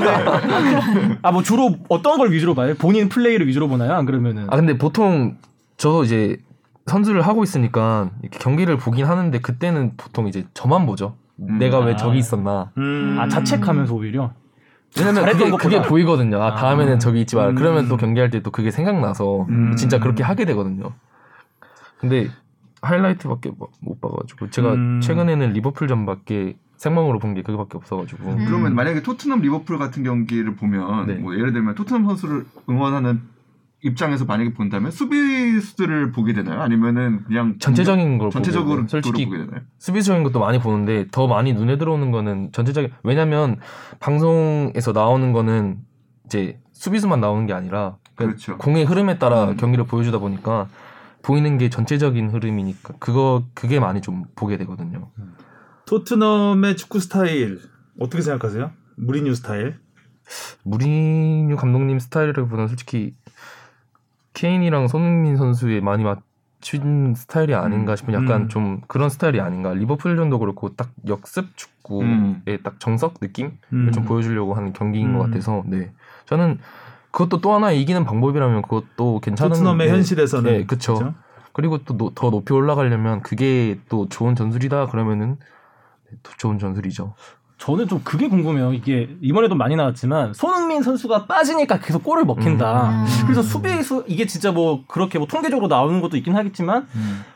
Speaker 3: 아 뭐 주로 어떤 걸 위주로 봐요? 본인 플레이를 위주로 보나요? 안 그러면은
Speaker 5: 아 근데 보통 저도 이제 선수를 하고 있으니까 이렇게 경기를 보긴 하는데 그때는 보통 이제 저만 보죠. 내가 왜
Speaker 3: 아.
Speaker 5: 저기 있었나.
Speaker 2: 음.
Speaker 3: 아 자책하면서 오히려
Speaker 5: 왜냐면
Speaker 3: 잘했던
Speaker 5: 그게,
Speaker 3: 것보다.
Speaker 5: 그게 보이거든요. 아, 다음에는 저기 있지 말.
Speaker 2: 음.
Speaker 5: 그러면 또 경기할 때 또 그게 생각나서
Speaker 2: 음.
Speaker 5: 진짜 그렇게 하게 되거든요. 근데 하이라이트밖에 뭐, 못 봐가지고 제가
Speaker 2: 음.
Speaker 5: 최근에는 리버풀전밖에 생방으로 본 게 그거밖에 없어가지고
Speaker 1: 음.
Speaker 4: 그러면 만약에 토트넘 리버풀 같은 경기를 보면
Speaker 5: 네.
Speaker 4: 뭐 예를 들면 토트넘 선수를 응원하는 입장에서 만약에 본다면 수비수들을 보게 되나요? 아니면은 그냥
Speaker 5: 전체적인 걸
Speaker 4: 공격- 전체적으로
Speaker 5: 보고, 솔직히
Speaker 4: 보게 되나요?
Speaker 5: 수비적인 것도 많이 보는데 더 많이 눈에 들어오는 거는 전체적인 왜냐면 방송에서 나오는 거는 이제 수비수만 나오는 게 아니라 그냥
Speaker 4: 그렇죠.
Speaker 5: 공의 흐름에 따라
Speaker 4: 음.
Speaker 5: 경기를 보여주다 보니까 보이는 게 전체적인 흐름이니까 그거 그게 많이 좀 보게 되거든요.
Speaker 2: 토트넘의 축구 스타일 어떻게 생각하세요? 무리뉴 스타일?
Speaker 5: 무리뉴 감독님 스타일이라기보다는 솔직히 케인이랑 손흥민 선수에 많이 맞춘 스타일이 아닌가 싶은 약간
Speaker 2: 음.
Speaker 5: 좀 그런 스타일이 아닌가. 리버풀전도 그렇고 딱 역습 축구의
Speaker 4: 음.
Speaker 5: 딱 정석 느낌
Speaker 2: 음.
Speaker 5: 좀 보여주려고 하는 경기인 것
Speaker 2: 음.
Speaker 5: 같아서 네 저는 그것도 또 하나 이기는 방법이라면 그것도 괜찮은
Speaker 2: 음. 토트넘의
Speaker 5: 네.
Speaker 2: 현실에서는
Speaker 5: 네, 그쵸.
Speaker 2: 그죠?
Speaker 5: 그리고 또 더 높이 올라가려면 그게 또 좋은 전술이다 그러면은 또 좋은 전술이죠.
Speaker 7: 저는 좀 그게 궁금해요. 이게 이번에도 많이 나왔지만 손흥민 선수가 빠지니까 계속 골을 먹힌다.
Speaker 1: 음.
Speaker 7: 그래서 수비수 이게 진짜 뭐 그렇게 뭐 통계적으로 나오는 것도 있긴 하겠지만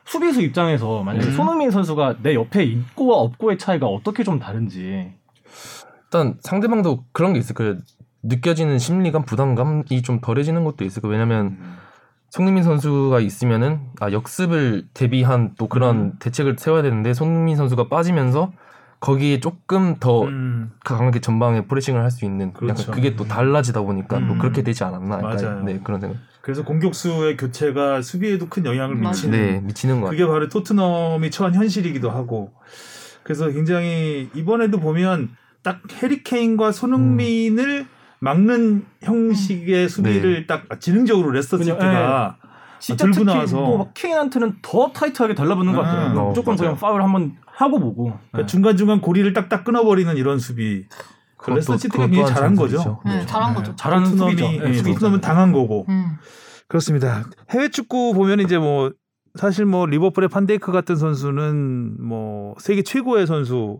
Speaker 7: 수비수 입장에서 만약에
Speaker 5: 음.
Speaker 7: 손흥민 선수가 내 옆에 있고와 없고의 차이가 어떻게 좀 다른지.
Speaker 5: 일단 상대방도 그런 게 있을 거예요. 느껴지는 심리감, 부담감이 좀 덜해지는 것도 있을 거예요. 왜냐면
Speaker 2: 음.
Speaker 5: 손흥민 선수가 있으면은 아 역습을 대비한 또 그런
Speaker 2: 음.
Speaker 5: 대책을 세워야 되는데 손흥민 선수가 빠지면서 거기에 조금 더
Speaker 2: 음,
Speaker 5: 그 강하게 전방에 프레싱을 할 수 있는
Speaker 2: 그렇죠.
Speaker 5: 약간 그게 또 달라지다 보니까
Speaker 2: 음.
Speaker 5: 또 그렇게 되지 않았나 약간
Speaker 2: 맞아요.
Speaker 5: 네 그런 생각
Speaker 2: 그래서 공격수의 교체가 수비에도 큰 영향을
Speaker 7: 음,
Speaker 1: 맞아요.
Speaker 2: 미치는
Speaker 5: 네 미치는 것 같아요
Speaker 2: 그게 바로 토트넘이 처한 현실이기도 하고 그래서 굉장히 이번에도 보면 딱 해리케인과 손흥민을 막는 형식의 수비를 딱 지능적으로 레스터
Speaker 7: 음. 그냥, 예.
Speaker 2: 시티가
Speaker 7: 진짜
Speaker 2: 들고
Speaker 7: 특히
Speaker 2: 나와서.
Speaker 7: 또막 케인한테는 더 타이트하게 달라붙는 것 같아요.
Speaker 2: 음.
Speaker 5: 어,
Speaker 7: 무조건
Speaker 5: 맞아요.
Speaker 7: 그냥 파울 한번 하고 보고.
Speaker 2: 그러니까 중간중간 고리를 딱딱 끊어버리는 이런 수비
Speaker 5: 그것도-
Speaker 2: 레스터 시티가
Speaker 5: 그것
Speaker 2: 굉장히
Speaker 5: 또한
Speaker 2: 잘한 거죠.
Speaker 5: 전술이죠.
Speaker 1: 네, 잘한 거죠.
Speaker 7: 잘하는 수비죠.
Speaker 2: 토트넘이
Speaker 7: 네,
Speaker 2: 예,
Speaker 7: 수비.
Speaker 2: 토트넘은 당한 거고
Speaker 1: 음.
Speaker 2: 그렇습니다. 해외 축구 보면 이제 뭐 사실 뭐 리버풀의 판데이크 같은 선수는 뭐 세계 최고의 선수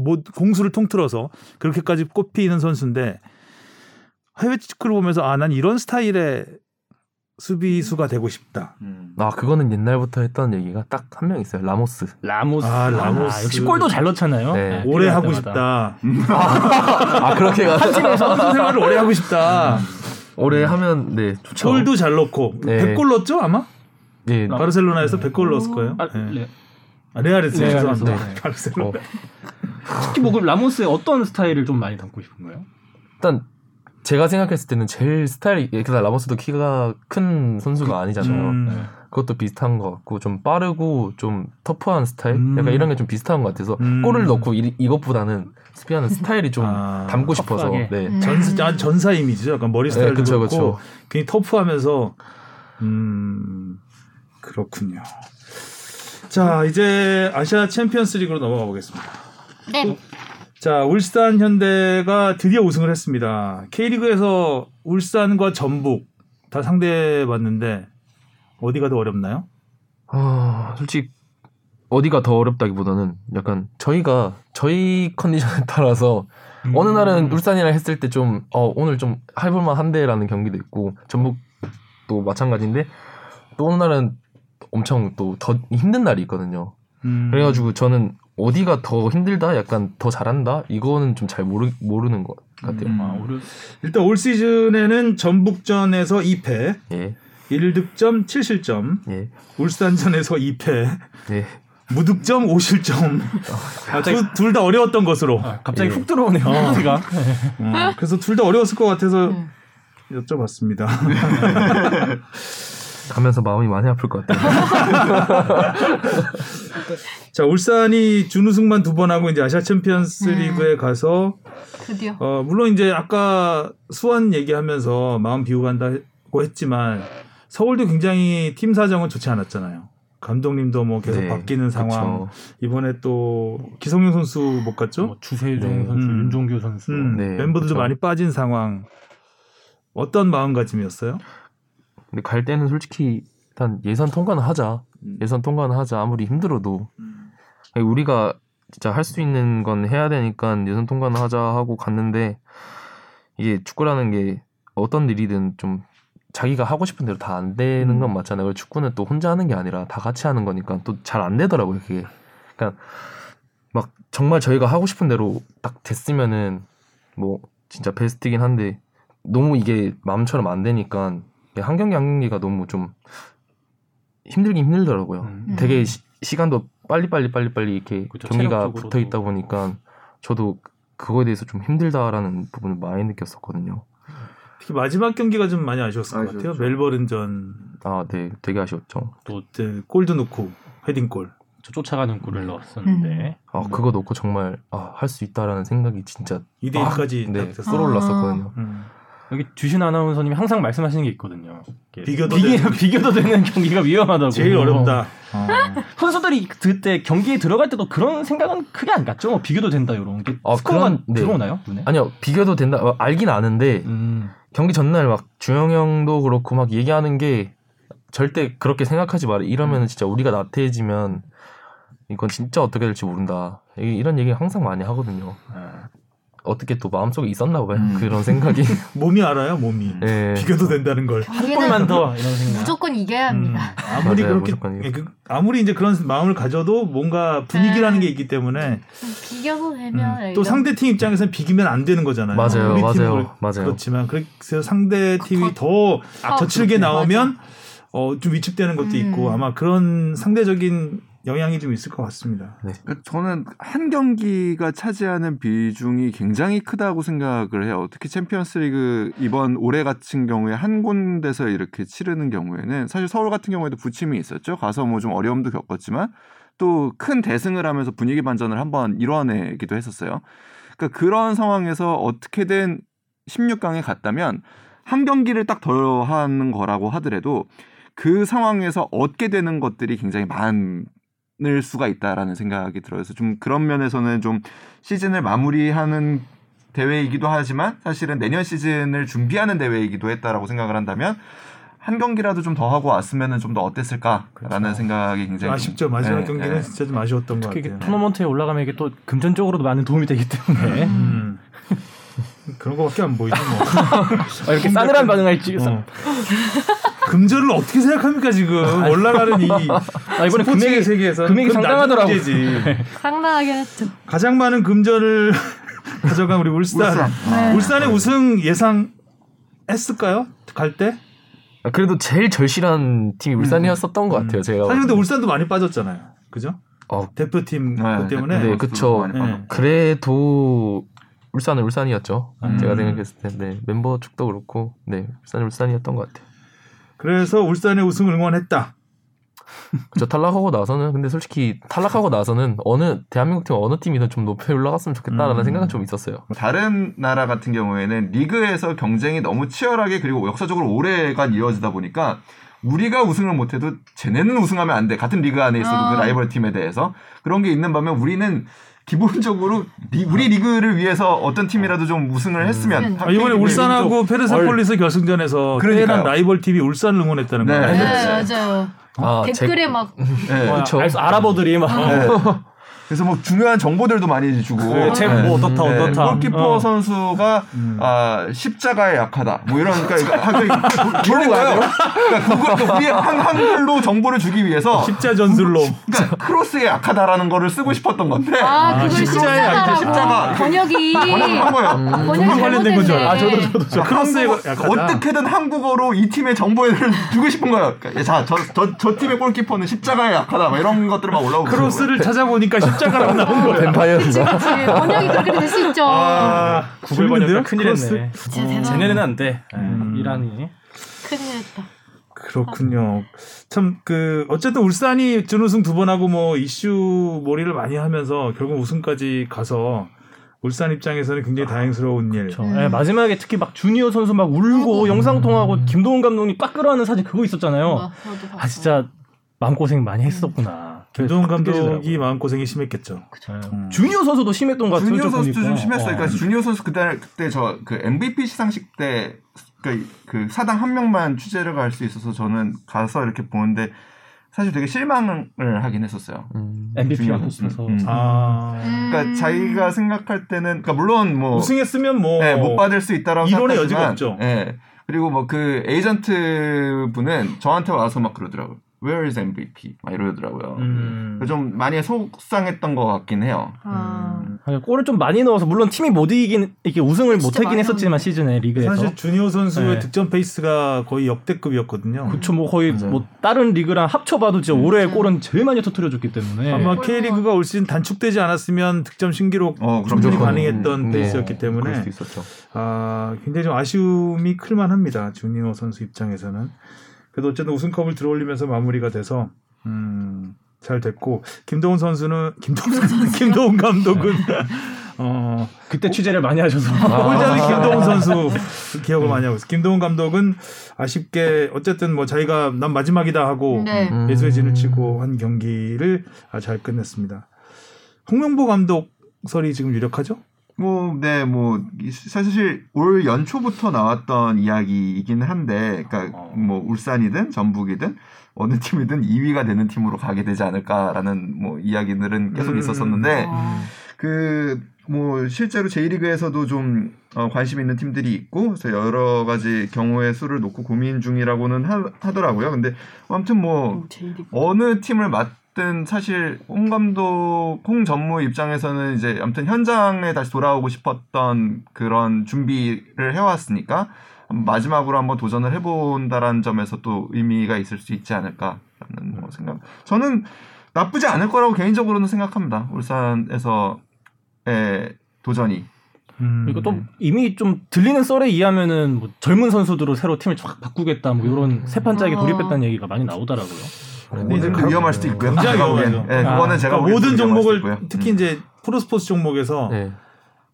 Speaker 2: 뭐 공수를 통틀어서 그렇게까지 꼽히는 선수인데 해외 축구를 보면서 아 난 이런 스타일의 수비수가 되고 싶다.
Speaker 5: 아 그거는 옛날부터 했던 얘기가 딱 한 명 있어요 라모스
Speaker 7: 라모스.
Speaker 2: 아, 라모스.
Speaker 7: 아, 역시 골도 잘 넣잖아요.
Speaker 5: 네.
Speaker 7: 네,
Speaker 2: 오래
Speaker 7: 필요할
Speaker 2: 하고
Speaker 7: 때마다.
Speaker 2: 싶다.
Speaker 5: 아 그렇게 가
Speaker 2: 선수 생활을 오래 하고 싶다.
Speaker 5: 올해 하면 네 좋죠
Speaker 2: 골도 잘 넣고
Speaker 5: 네.
Speaker 2: 100골 넣었죠 아마?
Speaker 5: 예
Speaker 2: 바르셀로나에서 100골 넣었을 거예요.
Speaker 7: 아,
Speaker 2: 예.
Speaker 7: 네.
Speaker 2: 아, 레알에서
Speaker 7: 네,
Speaker 2: 죄송합니다.
Speaker 7: 알았어요. 네.
Speaker 2: 바르셀로나.
Speaker 5: 어.
Speaker 7: 특히 뭐 그럼 라모스의 어떤 스타일을 좀 많이 담고 싶은가요?
Speaker 5: 일단 제가 생각했을 때는 제일 스타일이 예, 그다 라모스도 키가 큰 선수가 아니잖아요.
Speaker 2: 음.
Speaker 7: 네.
Speaker 5: 그것도 비슷한 것 같고 좀 빠르고 좀 터프한 스타일,
Speaker 2: 음.
Speaker 5: 약간 이런 게 좀 비슷한 것 같아서
Speaker 2: 음.
Speaker 5: 골을 넣고 이, 이것보다는 스피하는 스타일이 좀
Speaker 2: 아,
Speaker 5: 담고 싶어서
Speaker 7: 터프하게.
Speaker 5: 네.
Speaker 1: 음.
Speaker 2: 전사 아, 전사 이미지죠. 약간 머리 스타일도
Speaker 5: 그쵸,
Speaker 2: 그렇고
Speaker 5: 그쵸.
Speaker 2: 굉장히 터프하면서 음 그렇군요. 자 이제 아시아 챔피언스리그로 넘어가 보겠습니다.
Speaker 1: 네.
Speaker 2: 자 울산 현대가 드디어 우승을 했습니다. K리그에서 울산과 전북 다 상대해봤는데 어디가 더 어렵나요?
Speaker 5: 아, 솔직히 어디가 더 어렵다기보다는 약간 저희가 저희 컨디션에 따라서
Speaker 2: 음.
Speaker 5: 어느 날은 울산이랑 했을 때 좀 어, 오늘 좀 해볼만 한데라는 경기도 있고 전북도 마찬가지인데 또 어느 날은 엄청 또 더 힘든 날이 있거든요.
Speaker 2: 음,
Speaker 5: 그래가지고 저는 어디가 더 힘들다, 약간 더 잘한다 이거는 좀 잘 모르 모르는 것 같아요.
Speaker 2: 음.
Speaker 7: 아, 오히려
Speaker 2: 일단 올 시즌에는 전북전에서 2패,
Speaker 5: 예,
Speaker 2: 1득점 7실점,
Speaker 5: 예,
Speaker 2: 울산전에서 2패,
Speaker 5: 예.
Speaker 2: 무득점 5실점 그 둘 다 어려웠던 것으로
Speaker 7: 아, 갑자기
Speaker 5: 예.
Speaker 7: 훅 들어오네요. 제가
Speaker 3: 그렇죠?
Speaker 2: 어, 그래서 둘 다 어려웠을 것 같아서 여쭤봤습니다
Speaker 5: 가면서 마음이 많이 아플 것 같아요.
Speaker 2: 자 울산이 준우승만 두 번 하고 이제 아시아 챔피언스 리그에 가서
Speaker 1: 드디어.
Speaker 2: 어, 물론 이제 아까 수원 얘기하면서 마음 비우고 간다고 했지만 서울도 굉장히 팀 사정은 좋지 않았잖아요 감독님도 뭐 계속
Speaker 5: 네,
Speaker 2: 바뀌는 상황
Speaker 5: 그쵸.
Speaker 2: 이번에 또 기성용 선수 못 갔죠?
Speaker 7: 뭐 주세종
Speaker 5: 네.
Speaker 7: 선수,
Speaker 2: 음.
Speaker 7: 윤종규 선수.
Speaker 2: 음,
Speaker 5: 네,
Speaker 2: 멤버들도
Speaker 5: 그쵸.
Speaker 2: 많이 빠진 상황 어떤 마음가짐이었어요?
Speaker 5: 근데 갈 때는 솔직히 일단 예선 통과는 하자. 예선 통과는 하자. 아무리 힘들어도 아니, 우리가 진짜 할 수 있는 건 해야 되니까 예선 통과는 하자 하고 갔는데 이게 축구라는 게 어떤 일이든 좀 자기가 하고 싶은 대로 다 안 되는 건 맞잖아요. 그리고 축구는 또 혼자 하는 게 아니라 다 같이 하는 거니까 또 잘 안 되더라고요. 그게 그러니까 막 정말 저희가 하고 싶은 대로 딱 됐으면은 뭐 진짜 베스트긴 한데 너무 이게 마음처럼 안 되니까 한 경기 한 경기가 너무 좀 힘들긴 힘들더라고요.
Speaker 1: 음.
Speaker 5: 되게 시, 시간도 빨리 빨리 빨리 빨리 이렇게
Speaker 7: 그쵸,
Speaker 5: 경기가
Speaker 7: 체력적으로도.
Speaker 5: 붙어 있다 보니까 저도 그거에 대해서 좀 힘들다라는 부분을 많이 느꼈었거든요.
Speaker 2: 특히 마지막 경기가 좀 많이 아쉬웠을 것
Speaker 8: 아쉬웠죠.
Speaker 2: 같아요. 멜버른전
Speaker 5: 아, 네, 되게 아쉬웠죠.
Speaker 2: 그때 골도 넣고 헤딩골.
Speaker 3: 저 쫓아가는 골을 넣었었는데
Speaker 2: 음.
Speaker 5: 아, 그거 놓고 정말 아, 할 수 있다라는 생각이 진짜
Speaker 2: 2대 1까지 딱
Speaker 5: 네,
Speaker 2: 됐어.
Speaker 1: 아.
Speaker 5: 쏠올랐었거든요.
Speaker 2: 음.
Speaker 3: 여기 주신 아나운서님이 항상 말씀하시는 게 있거든요. 이게
Speaker 2: 비교도
Speaker 3: 비교,
Speaker 2: 되는-
Speaker 3: 비교도 되는 경기가 위험하다고.
Speaker 2: 제일 어렵다.
Speaker 3: 선수들이 그때 경기에 들어갈 때도 그런 생각은 크게 안 갔죠. 뭐 비교도 된다 이런 게
Speaker 5: 아,
Speaker 3: 스코어가
Speaker 5: 그런- 네.
Speaker 3: 들어오나요 눈에?
Speaker 5: 아니요, 비교도 된다. 아, 알긴 아는데
Speaker 3: 음.
Speaker 5: 경기 전날 막 주영 형도 그렇고 막 얘기하는 게 절대 그렇게 생각하지 마라. 이러면 은 진짜 우리가 나태해지면 이건 진짜 어떻게 될지 모른다. 이- 이런 얘기 항상 많이 하거든요.
Speaker 2: 네.
Speaker 5: 어떻게 또 마음속에 있었나 봐요. 그런 생각이.
Speaker 2: 몸이 알아요, 몸이.
Speaker 5: 네.
Speaker 2: 비교도 된다는 걸.
Speaker 1: 우리는
Speaker 3: 골만 더 이런 생각.
Speaker 1: 무조건 이겨야 합니다.
Speaker 2: 음, 아무리
Speaker 5: 맞아요,
Speaker 2: 그렇게
Speaker 5: 무조건 이겨.
Speaker 2: 예, 그, 아무리 이제 그런 마음을 가져도 뭔가 분위기라는 게 있기 때문에
Speaker 1: 음, 비교도 되면
Speaker 2: 음, 또 상대 팀 입장에서는 비기면 안 되는 거잖아요.
Speaker 5: 맞아요,
Speaker 2: 우리 팀은
Speaker 5: 맞아요,
Speaker 2: 그렇-
Speaker 5: 맞아요.
Speaker 2: 그렇지만 그래서 상대 팀이 더 아,
Speaker 1: 어,
Speaker 2: 저칠게 나오면 어, 좀 위축되는 것도 있고
Speaker 1: 아, 음.
Speaker 2: 아마 그런 상대적인 영향이 좀 있을 것 같습니다.
Speaker 4: 그러니까 저는 한 경기가 차지하는 비중이 굉장히 크다고 생각을 해요. 특히 챔피언스리그 이번 올해 같은 경우에 한 군데서 이렇게 치르는 경우에는 사실 서울 같은 경우에도 부침이 있었죠. 가서 뭐 좀 어려움도 겪었지만 또 큰 대승을 하면서 분위기 반전을 한번 이뤄내기도 했었어요. 그러니까 그런 상황에서 어떻게든 16강에 갔다면 한 경기를 딱 더 하는 거라고 하더라도 그 상황에서 얻게 되는 것들이 굉장히 많. 을 수가 있다라는 생각이 들어서 좀 그런 면에서는 좀 시즌을 마무리하는 대회이기도 하지만 사실은 내년 시즌을 준비하는 대회이기도 했다라고 생각을 한다면 한 경기라도 좀 더 하고 왔으면은 좀 더 어땠을까라는 생각이
Speaker 3: 네.
Speaker 4: 굉장히
Speaker 2: 그렇죠. 아쉽죠. 마지막
Speaker 4: 예,
Speaker 2: 경기는
Speaker 4: 예.
Speaker 2: 진짜 좀 아쉬웠던 네. 것
Speaker 3: 특히 네. 이게
Speaker 2: 같아요.
Speaker 3: 토너먼트에 올라가면 이게 또 금전적으로도 많은 도움이 되기 때문에
Speaker 2: 음. 그런 거밖에 안 보이죠. 뭐.
Speaker 3: 아, 이렇게 싸늘한 반응할 줄.
Speaker 2: 어. 금전을 어떻게 생각합니까 지금 올라가는 이
Speaker 3: 아 이번에
Speaker 2: 스포츠의
Speaker 3: 금액이
Speaker 2: 세계에서
Speaker 3: 금액이
Speaker 2: 그건 나중
Speaker 3: 상당하더라고요. 네.
Speaker 2: 문제지.
Speaker 1: 상당하긴 했죠.
Speaker 2: 가장 많은 금전을 가져간 우리 울산.
Speaker 1: 네.
Speaker 2: 울산. 의 우승 예상했을까요? 갈 때?
Speaker 5: 아, 그래도 제일 절실한
Speaker 2: 음,
Speaker 5: 팀이 울산이었었던 것 같아요. 제가.
Speaker 2: 사실 음. 근데 울산도 많이 빠졌잖아요. 그죠?
Speaker 5: 어.
Speaker 2: 대표팀
Speaker 4: 네,
Speaker 2: 그것 때문에
Speaker 5: 네, 그쵸.
Speaker 4: 많이 빠졌고.
Speaker 2: 네.
Speaker 5: 그래도 울산은 울산이었죠.
Speaker 2: 음.
Speaker 5: 제가 생각했을 때 네, 멤버 축도 그렇고 네 울산은 울산이었던 것 같아요.
Speaker 2: 그래서 울산의 우승을 응원했다.
Speaker 5: 저 탈락하고 나서는 근데 솔직히 탈락하고 나서는 어느 대한민국 팀 어느 팀이든 좀 높이 올라갔으면 좋겠다라는
Speaker 2: 음.
Speaker 5: 생각은 좀 있었어요.
Speaker 4: 다른 나라 같은 경우에는 리그에서 경쟁이 너무 치열하게 그리고 역사적으로 오래간 이어지다 보니까 우리가 우승을 못해도 쟤네는 우승하면 안 돼. 같은 리그 안에 있어도
Speaker 1: 아.
Speaker 4: 그 라이벌 팀에 대해서 그런 게 있는 반면 우리는 기본적으로 리- 우리 리그를 위해서 어떤 팀이라도 좀 우승을 했으면
Speaker 2: 아,
Speaker 3: 네,
Speaker 2: 이번에 울산하고 페르세폴리스 결승전에서
Speaker 4: 그러니까요.
Speaker 2: 대단한 라이벌 팀이 울산을 응원했다는
Speaker 4: 네.
Speaker 2: 거예요.
Speaker 1: 네,
Speaker 4: 네.
Speaker 1: 맞아요.
Speaker 5: 아, 제-
Speaker 1: 댓글에 뭐 막
Speaker 4: 네.
Speaker 3: 와,
Speaker 5: 그쵸.
Speaker 3: 아, 알 수- 아랍어들이 막
Speaker 4: 그래서 뭐 중요한 정보들도 많이 주고
Speaker 3: 그 책, 뭐 어떻다
Speaker 4: 네,
Speaker 3: 어떻다.
Speaker 4: 골키퍼
Speaker 3: 어.
Speaker 4: 선수가
Speaker 2: 음.
Speaker 4: 아, 십자가에 약하다. 뭐 이런 그러니까 모르는 거예요. 그러니까 그걸 또 우리 한 한글로 정보를 주기 위해서
Speaker 2: 아, 십자 전술로
Speaker 4: 그러니까 크로스에 약하다라는 거를 쓰고 싶었던 건데
Speaker 1: 아, 그걸
Speaker 2: 십자에
Speaker 1: 십자가라고
Speaker 2: 앉아,
Speaker 4: 십자가.
Speaker 1: 번역이
Speaker 4: 한 거예요. 그러니까
Speaker 1: 번역이
Speaker 2: 관련된 건줄
Speaker 1: 잘못됐네.
Speaker 2: 알아. 아, 저도, 저도. 저 음. 크로스에
Speaker 4: 한국어-
Speaker 2: 약하다.
Speaker 4: 어떻게든 한국어로 이 팀의 정보를 주고 싶은 거예요. 그러니까 자저 저 저 팀의 골키퍼는 십자가에 약하다. 막 이런 것들 막 올라오고
Speaker 2: 크로스를 찾아보니까 십자가라고 나온 거예요.
Speaker 3: 네.
Speaker 1: 그치,
Speaker 5: 뱀파이어인가?
Speaker 1: 그치. 네, 번역이 그렇게 될 수 있죠.
Speaker 2: 아,
Speaker 3: 구글 번역가 큰일
Speaker 2: 크로스.
Speaker 3: 했네.
Speaker 1: 진짜 대단하다.
Speaker 3: 쟤네는 음. 안 돼. 아,
Speaker 4: 음.
Speaker 3: 이란이.
Speaker 1: 큰일 났다.
Speaker 2: 그렇군요. 참 그 어쨌든 울산이 준우승 두 번 하고 뭐 이슈 몰이를 많이 하면서 결국 우승까지 가서 울산 입장에서는 굉장히 다행스러운 일.
Speaker 1: 음.
Speaker 3: 그렇죠. 예, 마지막에 특히 막 주니어 선수 막 울고 영상
Speaker 4: 음.
Speaker 3: 통화하고 김동훈 감독님 꽉 끌어안는 사진 그거 있었잖아요.
Speaker 1: 아, 저도 봤어.
Speaker 3: 아 진짜 마음 고생 많이 했었구나.
Speaker 2: 아, 김동훈
Speaker 3: 그게 딱
Speaker 2: 감독이 마음 고생이 심했겠죠. 음.
Speaker 3: 느껴지더라고요. 예. 주니어 선수도 심했던 것 같아요.
Speaker 4: 주니어
Speaker 3: 저
Speaker 4: 선수도 좀
Speaker 3: 보니까.
Speaker 4: 심했어요. 그러니까
Speaker 3: 어.
Speaker 4: 주니어 선수 그때 그때 저 그 MVP 시상식 때 그, 그 사당 한 명만 취재를 갈 수 있어서 저는 가서 이렇게 보는데 사실 되게 실망을 하긴 했었어요.
Speaker 5: 음.
Speaker 3: MVP가
Speaker 4: 주니어
Speaker 3: 됐어서
Speaker 4: 선수. 음.
Speaker 2: 아,
Speaker 1: 음.
Speaker 4: 그러니까 자기가 생각할 때는 그러니까 물론 뭐
Speaker 2: 우승했으면 뭐
Speaker 3: 네,
Speaker 4: 예, 못 받을 수 있다라고
Speaker 2: 이론의
Speaker 4: 생각하지만
Speaker 2: 여지가 없죠.
Speaker 4: 예. 그리고 뭐 그 에이전트 분은 저한테 와서 막 그러더라고요. Where is MVP? 막 이러더라고요.
Speaker 3: 음.
Speaker 4: 좀 많이 속상했던 것 같긴 해요.
Speaker 1: 아,
Speaker 3: 아니, 골을 좀 많이 넣어서 물론 팀이 못 이긴 이렇게 우승을
Speaker 1: 진짜
Speaker 3: 못 하긴
Speaker 1: 많이
Speaker 3: 했었지만 시즌에 리그에서
Speaker 2: 사실 주니어 선수의
Speaker 3: 네.
Speaker 2: 득점 페이스가 거의 역대급이었거든요.
Speaker 3: 그쵸 뭐 거의 뭐 다른 리그랑 합쳐봐도 진짜 올해 골은 제일 많이 터트려줬기 때문에
Speaker 2: 아마
Speaker 1: 네.
Speaker 2: K리그가 올 시즌 단축되지 않았으면 득점 신기록
Speaker 4: 어, 그럼
Speaker 2: 충분히
Speaker 5: 무조건.
Speaker 2: 가능했던
Speaker 5: 음,
Speaker 2: 데
Speaker 5: 네.
Speaker 2: 있었기
Speaker 5: 그럴
Speaker 2: 때문에
Speaker 5: 수도 있었죠.
Speaker 2: 아, 굉장히 좀 아쉬움이 클만합니다. 주니어 선수 입장에서는. 그래도 어쨌든 우승컵을 들어올리면서 마무리가 돼서 음, 잘 됐고 김동훈 선수는 김동훈 선수는 김동훈 감독은
Speaker 5: 네.
Speaker 2: 어,
Speaker 3: 그때 취재를 많이 하셔서
Speaker 2: 골잡이
Speaker 3: 아.
Speaker 2: 김동훈 선수 기억을 많이 하고 있어요. 김동훈 감독은 아쉽게 어쨌든 뭐 자기가 난 마지막이다 하고
Speaker 1: 네.
Speaker 5: 음.
Speaker 2: 예수의 진을 치고 한 경기를 아, 잘 끝냈습니다. 홍명보 감독설이 지금 유력하죠?
Speaker 4: 뭐, 네, 뭐, 이- 사실 올 연초부터 나왔던 이야기이긴 한데, 그러니까 뭐, 울산이든 전북이든 어느 팀이든 2위가 되는 팀으로 가게 되지 않을까라는 뭐, 이야기들은 계속
Speaker 2: 음.
Speaker 4: 있었었는데,
Speaker 1: 아,
Speaker 4: 그, 뭐, 실제로 제1리그에서도 좀 어, 관심 있는 팀들이 있고, 그래서 여러 가지 경우의 수를 놓고 고민 중이라고는 하, 하더라고요. 근데 아무튼 뭐,
Speaker 1: 음,
Speaker 9: 오, 제이리.
Speaker 4: 어느 팀을 맡든 사실 홍 감독, 홍 전무 입장에서는 이제 아무튼 현장에 다시 돌아오고 싶었던 그런 준비를 해왔으니까 마지막으로 한번 도전을 해본다라는 점에서 또 의미가 있을 수 있지 않을까라는 뭐 생각. 저는 나쁘지 않을 거라고 개인적으로는 생각합니다. 울산에서의 도전이.
Speaker 3: 이거 또
Speaker 2: 음.
Speaker 3: 이미 좀 들리는 썰에 의하면은 뭐 젊은 선수들로 새로 팀을 확 바꾸겠다 뭐 이런 세판짜기
Speaker 1: 어.
Speaker 3: 돌입했다는 얘기가 많이 나오더라고요.
Speaker 4: 근데
Speaker 5: 음.
Speaker 4: 이제 그 위험할 수도 있고요.
Speaker 2: 뭐 굉장히
Speaker 4: 제가 보기엔.
Speaker 2: 위험하죠.
Speaker 4: 예, 그거는
Speaker 3: 아,
Speaker 4: 제가
Speaker 2: 그러니까
Speaker 4: 보기엔
Speaker 2: 모든
Speaker 4: 좀 위험할 수도
Speaker 2: 종목을
Speaker 4: 있고요. 음.
Speaker 2: 특히 이제 프로스포츠 종목에서
Speaker 5: 네.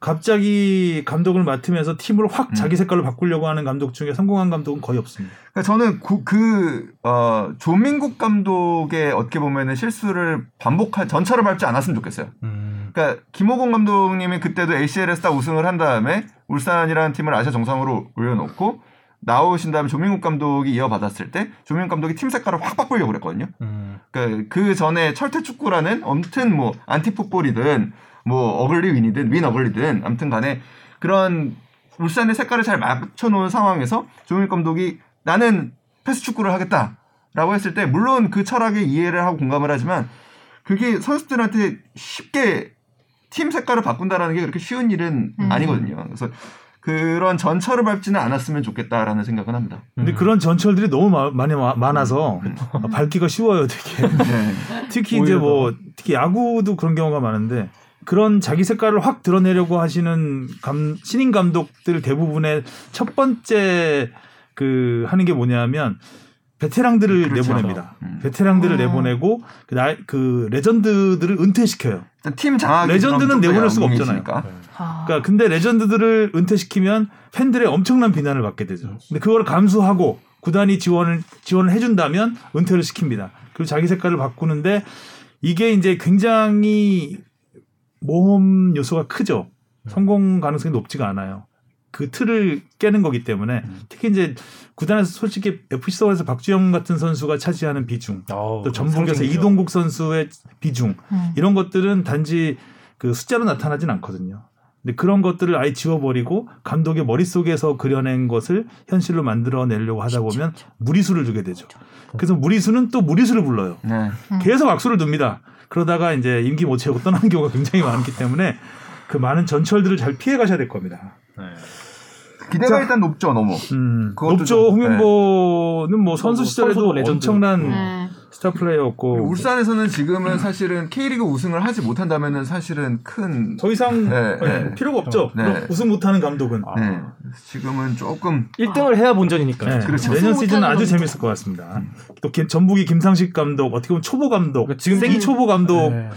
Speaker 2: 갑자기 감독을 맡으면서 팀을 확
Speaker 4: 음.
Speaker 2: 자기 색깔로 바꾸려고 하는 감독 중에 성공한 감독은 거의 없습니다.
Speaker 4: 그러니까 저는 그, 그, 어, 조민국 감독의 어떻게 보면은 실수를 반복할, 전차를 밟지 않았으면 좋겠어요.
Speaker 3: 음,
Speaker 4: 그러니까 김호곤 감독님이 그때도 ACL에서 딱 우승을 한 다음에 울산이라는 팀을 아시아 정상으로 올려놓고 나오신 다음에 조민국 감독이 이어받았을 때 조민국 감독이 팀 색깔을 확 바꾸려고 그랬거든요.
Speaker 3: 음.
Speaker 4: 그러니까 그 전에 철퇴 축구라는 아무튼 뭐 안티풋볼이든 뭐 어글리 윈이든 윈 어글리든 아무튼 간에 그런 울산의 색깔을 잘 맞춰 놓은 상황에서 조민 감독이 나는 패스 축구를 하겠다라고 했을 때 물론 그 철학에 이해를 하고 공감을 하지만 그게 선수들한테 쉽게 팀 색깔을 바꾼다라는 게 그렇게 쉬운 일은
Speaker 1: 음.
Speaker 4: 아니거든요. 그래서 그런 전철을 밟지는 않았으면 좋겠다라는 생각은 합니다.
Speaker 3: 음.
Speaker 2: 근데 그런 전철들이 너무 마- 많이 와- 많아서 밟기가 쉬워요, 되게.
Speaker 4: 네.
Speaker 2: 특히 이제 뭐 특히 야구도 그런 경우가 많은데 그런 자기 색깔을 확 드러내려고 하시는 감- 신인 감독들 대부분의 첫 번째 그 하는 게 뭐냐면 베테랑들을
Speaker 4: 그렇죠.
Speaker 2: 내보냅니다.
Speaker 4: 음.
Speaker 2: 베테랑들을
Speaker 1: 어.
Speaker 2: 내보내고 그, 나- 그 레전드들을 은퇴시켜요.
Speaker 4: 일단 팀 장악이
Speaker 2: 레전드는
Speaker 4: 아, 그럼 좀더
Speaker 2: 내보낼 수가
Speaker 4: 양궁이시니까.
Speaker 1: 아.
Speaker 2: 그러니까 근데 레전드들을 은퇴시키면 팬들의 엄청난 비난을 받게 되죠. 근데 그걸 감수하고 구단이 지원을 지원을 해준다면 은퇴를 시킵니다. 그리고 자기 색깔을 바꾸는데 이게 이제 굉장히 모험 요소가 크죠. 성공 가능성이 높지가 않아요. 그 틀을 깨는 거기 때문에 특히 이제 구단에서 솔직히 FC 서울에서 박주영 같은 선수가 차지하는 비중,
Speaker 3: 어,
Speaker 2: 또 전북에서 이동국 선수의 비중
Speaker 1: 음.
Speaker 2: 이런 것들은 단지 그 숫자로 나타나진 않거든요. 근데 그런 것들을 아예 지워버리고 감독의 머릿속에서 그려낸 것을 현실로 만들어내려고 하다 보면 무리수를 주게 되죠. 그래서 무리수는 또 무리수를 불러요.
Speaker 4: 네.
Speaker 2: 계속 악수를 둡니다. 그러다가 이제 임기 못 채우고 떠나는 경우가 굉장히 많기 때문에 그 많은 전철들을 잘 피해 가셔야 될 겁니다.
Speaker 3: 네.
Speaker 4: 기대가 일단 높죠, 너무.
Speaker 2: 음,
Speaker 4: 그것도
Speaker 2: 높죠.
Speaker 4: 좀,
Speaker 2: 홍명보는 뭐 선수
Speaker 3: 뭐
Speaker 2: 시절에도
Speaker 3: 선수도 레전드.
Speaker 2: 엄청난
Speaker 1: 네.
Speaker 2: 스타 플레이였고
Speaker 4: 울산에서는 지금은 사실은 K리그 우승을 하지 못한다면은 사실은 큰
Speaker 2: 더 이상
Speaker 4: 네,
Speaker 2: 네,
Speaker 4: 네.
Speaker 2: 필요가 없죠.
Speaker 4: 네.
Speaker 2: 그럼 우승 못하는 감독은.
Speaker 4: 네. 지금은 조금
Speaker 3: 1등을 해야 본전이니까요.
Speaker 2: 네,
Speaker 4: 그렇죠. 음.
Speaker 2: 내년
Speaker 1: 우승
Speaker 2: 시즌은
Speaker 1: 못하는 감독.
Speaker 2: 아주 재밌을 것 같습니다. 또 김- 전북이 김상식 감독 어떻게 보면 초보 감독,
Speaker 3: 그러니까
Speaker 2: 지금
Speaker 3: 지금
Speaker 2: 세기
Speaker 3: 좀-
Speaker 2: 초보 감독을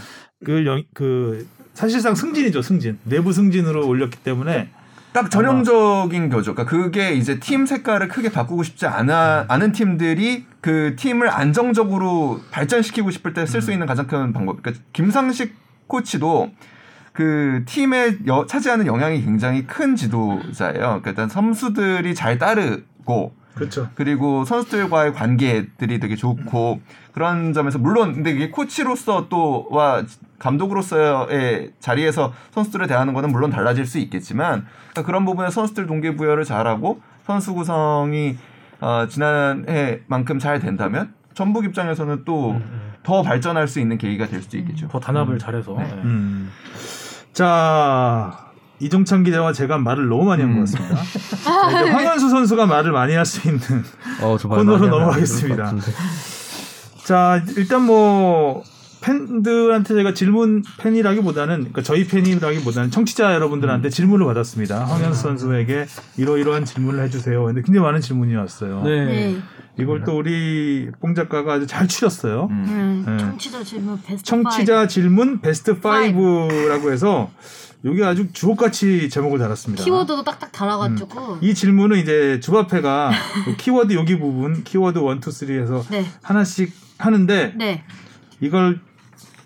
Speaker 3: 네.
Speaker 2: 영- 그 사실상 승진이죠 승진 내부 승진으로 올렸기 때문에
Speaker 4: 딱 전형적인 거죠. 그러니까 그게 이제 팀 색깔을 크게 바꾸고 싶지 않아, 않은 팀들이 그 팀을 안정적으로 발전시키고 싶을 때 쓸 수 있는 가장 큰 방법. 그러니까 김상식 코치도 그 팀에 여- 차지하는 영향이 굉장히 큰 지도자예요. 그러니까 일단 선수들이 잘 따르고
Speaker 2: 그렇죠.
Speaker 4: 그리고 선수들과의 관계들이 되게 좋고 그런 점에서 물론 근데 이게 코치로서 또와 감독으로서의 자리에서 선수들을 대하는 거는 물론 달라질 수 있겠지만 그러니까 그런 부분에 선수들 동기부여를 잘하고 선수 구성이 어, 지난해만큼 잘 된다면 전북 입장에서는 또 더 발전할 수 있는 계기가 될 수도 있겠죠.
Speaker 8: 음.
Speaker 3: 더 단합을 잘해서 네.
Speaker 2: 음. 자 이종찬 기자와 제가 말을 너무 많이
Speaker 4: 음.
Speaker 2: 한 것 같습니다. 자, 이제 황현수 선수가 말을 많이 할 수 있는
Speaker 5: 어, 저
Speaker 2: 코너로
Speaker 5: 많이 하면 안
Speaker 2: 넘어가겠습니다.
Speaker 5: 좋을 것 같은데.
Speaker 2: 자 일단 뭐 팬들한테 제가 질문 팬이라기보다는 그러니까 저희 팬이라기보다는 청취자 여러분들한테
Speaker 5: 음.
Speaker 2: 질문을 받았습니다. 황현수 선수에게 이러이러한 질문을 해주세요. 근데 굉장히 많은 질문이 왔어요.
Speaker 3: 네.
Speaker 1: 네.
Speaker 2: 이걸 또 우리 뽕 작가가 아주 잘 추렸어요.
Speaker 1: 음,
Speaker 2: 네.
Speaker 1: 청취자 질문 베스트
Speaker 2: 청취자 질문 베스트 5라고 해서 이게 아주 주옥같이 제목을 달았습니다.
Speaker 1: 5. 키워드도 딱딱 달아가지고
Speaker 2: 음. 이 질문은 이제 주바페가 그 키워드 여기 부분 키워드 1, 2, 3에서
Speaker 1: 네.
Speaker 2: 하나씩 하는데
Speaker 1: 네.
Speaker 2: 이걸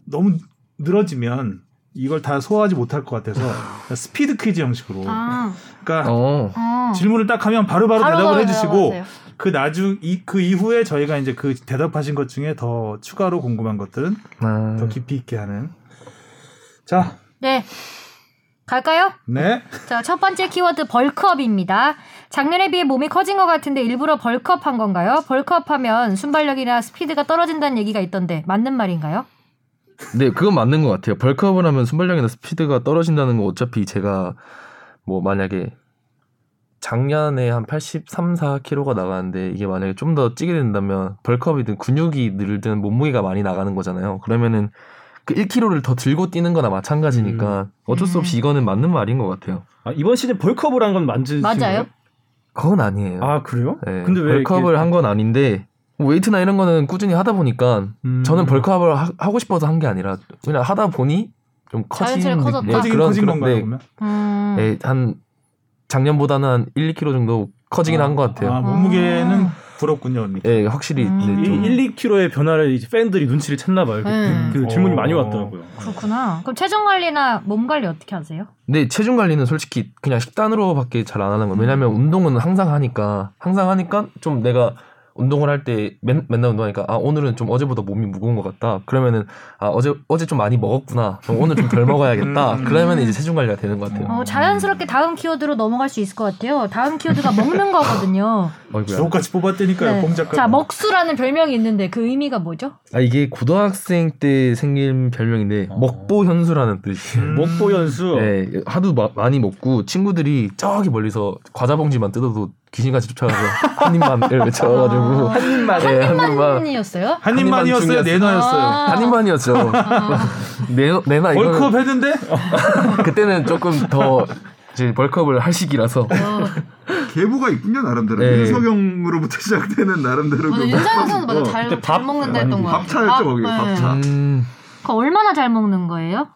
Speaker 2: 너무 늘어지면 이걸 다 소화하지 못할 것 같아서 스피드 퀴즈 형식으로
Speaker 1: 아.
Speaker 2: 그러니까
Speaker 5: 어.
Speaker 1: 어.
Speaker 2: 질문을 딱 하면 바로바로
Speaker 1: 바로
Speaker 2: 대답을
Speaker 1: 바로
Speaker 2: 해주시고
Speaker 1: 대답하세요.
Speaker 2: 그 나중 이 그 이후에 저희가 이제 그 대답하신 것 중에 더 추가로 궁금한 것들은
Speaker 5: 아.
Speaker 2: 더 깊이 있게 하는 자
Speaker 1: 네. 갈까요?
Speaker 2: 네.
Speaker 1: 자, 첫 번째 키워드 벌크업입니다. 작년에 비해 몸이 커진 것 같은데 일부러 벌크업한 건가요? 벌크업하면 순발력이나 스피드가 떨어진다는 얘기가 있던데 맞는 말인가요?
Speaker 5: 네, 그건 맞는 것 같아요. 벌크업을 하면 순발력이나 스피드가 떨어진다는 거 어차피 제가 뭐 만약에 작년에 한 83, 4kg가 나가는데 이게 만약에 좀 더 찌게 된다면 벌크업이든 근육이 늘든 몸무게가 많이 나가는 거잖아요. 그러면은 그 1kg를 더 들고 뛰는 거나 마찬가지니까
Speaker 3: 음.
Speaker 5: 어쩔 수 없이 이거는 맞는 말인 것 같아요.
Speaker 3: 아, 이번 시즌 벌크업을 한 건 만지
Speaker 1: 맞아요?
Speaker 5: 그건 아니에요.
Speaker 3: 아 그래요?
Speaker 5: 네,
Speaker 3: 근데 왜
Speaker 5: 벌크업을
Speaker 3: 이렇게-
Speaker 5: 한 건 아닌데 뭐 웨이트나 이런 거는 꾸준히 하다 보니까
Speaker 2: 음.
Speaker 5: 저는 벌크업을 하, 고 싶어서 한 게 아니라 그냥 하다 보니 좀 커진
Speaker 1: 자연스레
Speaker 5: 느낌-
Speaker 1: 커졌다.
Speaker 5: 네,
Speaker 2: 커지긴
Speaker 5: 그런-
Speaker 2: 커진
Speaker 5: 그런-
Speaker 2: 건가요
Speaker 5: 네,
Speaker 2: 그러면?
Speaker 1: 음.
Speaker 5: 네, 한 작년보다는 한 1, 2kg 정도 커지긴 한 것 같아요.
Speaker 2: 아 몸무게는 부럽군요 언니.
Speaker 5: 예, 확실히
Speaker 1: 음.
Speaker 5: 네, 좀
Speaker 3: 1, 2kg의 변화를 이제 팬들이 눈치를 챘나 봐요. 그-
Speaker 1: 네.
Speaker 3: 그 질문이 많이
Speaker 2: 어.
Speaker 3: 왔더라고요.
Speaker 1: 그렇구나. 그럼 체중 관리나 몸 관리 어떻게 하세요?
Speaker 5: 근데 체중 관리는 솔직히 그냥 식단으로밖에 잘 안 하는 거예요. 왜냐면
Speaker 2: 음.
Speaker 5: 운동은 항상 하니까 항상 하니까 좀 내가 운동을 할 때 맨날 운동하니까 아 오늘은 좀 어제보다 몸이 무거운 것 같다. 그러면은 아 어제 어제 좀 많이 먹었구나. 그럼 오늘 좀 덜 먹어야겠다.
Speaker 2: 음.
Speaker 5: 그러면 이제 체중 관리가 되는 것 같아요.
Speaker 1: 어, 자연스럽게 다음 키워드로 넘어갈 수 있을 것 같아요. 다음 키워드가 먹는 거거든요.
Speaker 5: 어이구야.
Speaker 2: 주옥같이 뽑았다니까요
Speaker 1: 네.
Speaker 2: 봉 작가.
Speaker 1: 자, 먹수라는 별명이 있는데 그 의미가 뭐죠?
Speaker 5: 아 이게 고등학생 때 생긴 별명인데 먹보 현수라는 뜻이에요.
Speaker 3: 먹보 연수.
Speaker 5: 네, 하도 마- 많이 먹고 친구들이 저기 멀리서 과자 봉지만 뜯어도 귀신같이 쫓아가서 한 입만 외쳐가지고
Speaker 1: 아, 한
Speaker 5: 입만 네, 한 입만
Speaker 1: 한이었어요?
Speaker 2: 한
Speaker 5: 한입만
Speaker 2: 입만이었어요 네,
Speaker 5: 중이었어요.
Speaker 1: 아.
Speaker 2: 내놔였어요.
Speaker 5: 한 입만이었죠. 내나 내나 이거
Speaker 2: 월컵 했는데
Speaker 5: 그때는 조금 더 이제 벌크업을 할 시기라서
Speaker 1: 어,
Speaker 8: 개보가 있군요 나름대로
Speaker 5: 네.
Speaker 8: 윤석영으로부터 시작되는 나름대로
Speaker 1: 맞아,
Speaker 8: 그
Speaker 1: 윤상현 선수 맞아.
Speaker 8: 어,
Speaker 1: 잘,
Speaker 3: 그때
Speaker 1: 잘
Speaker 3: 밥-
Speaker 1: 먹는다 했던 거 같아요.
Speaker 8: 밥차였죠 거기
Speaker 1: 네.
Speaker 8: 밥차.
Speaker 5: 음,
Speaker 1: 그거 얼마나 잘 먹는 거예요?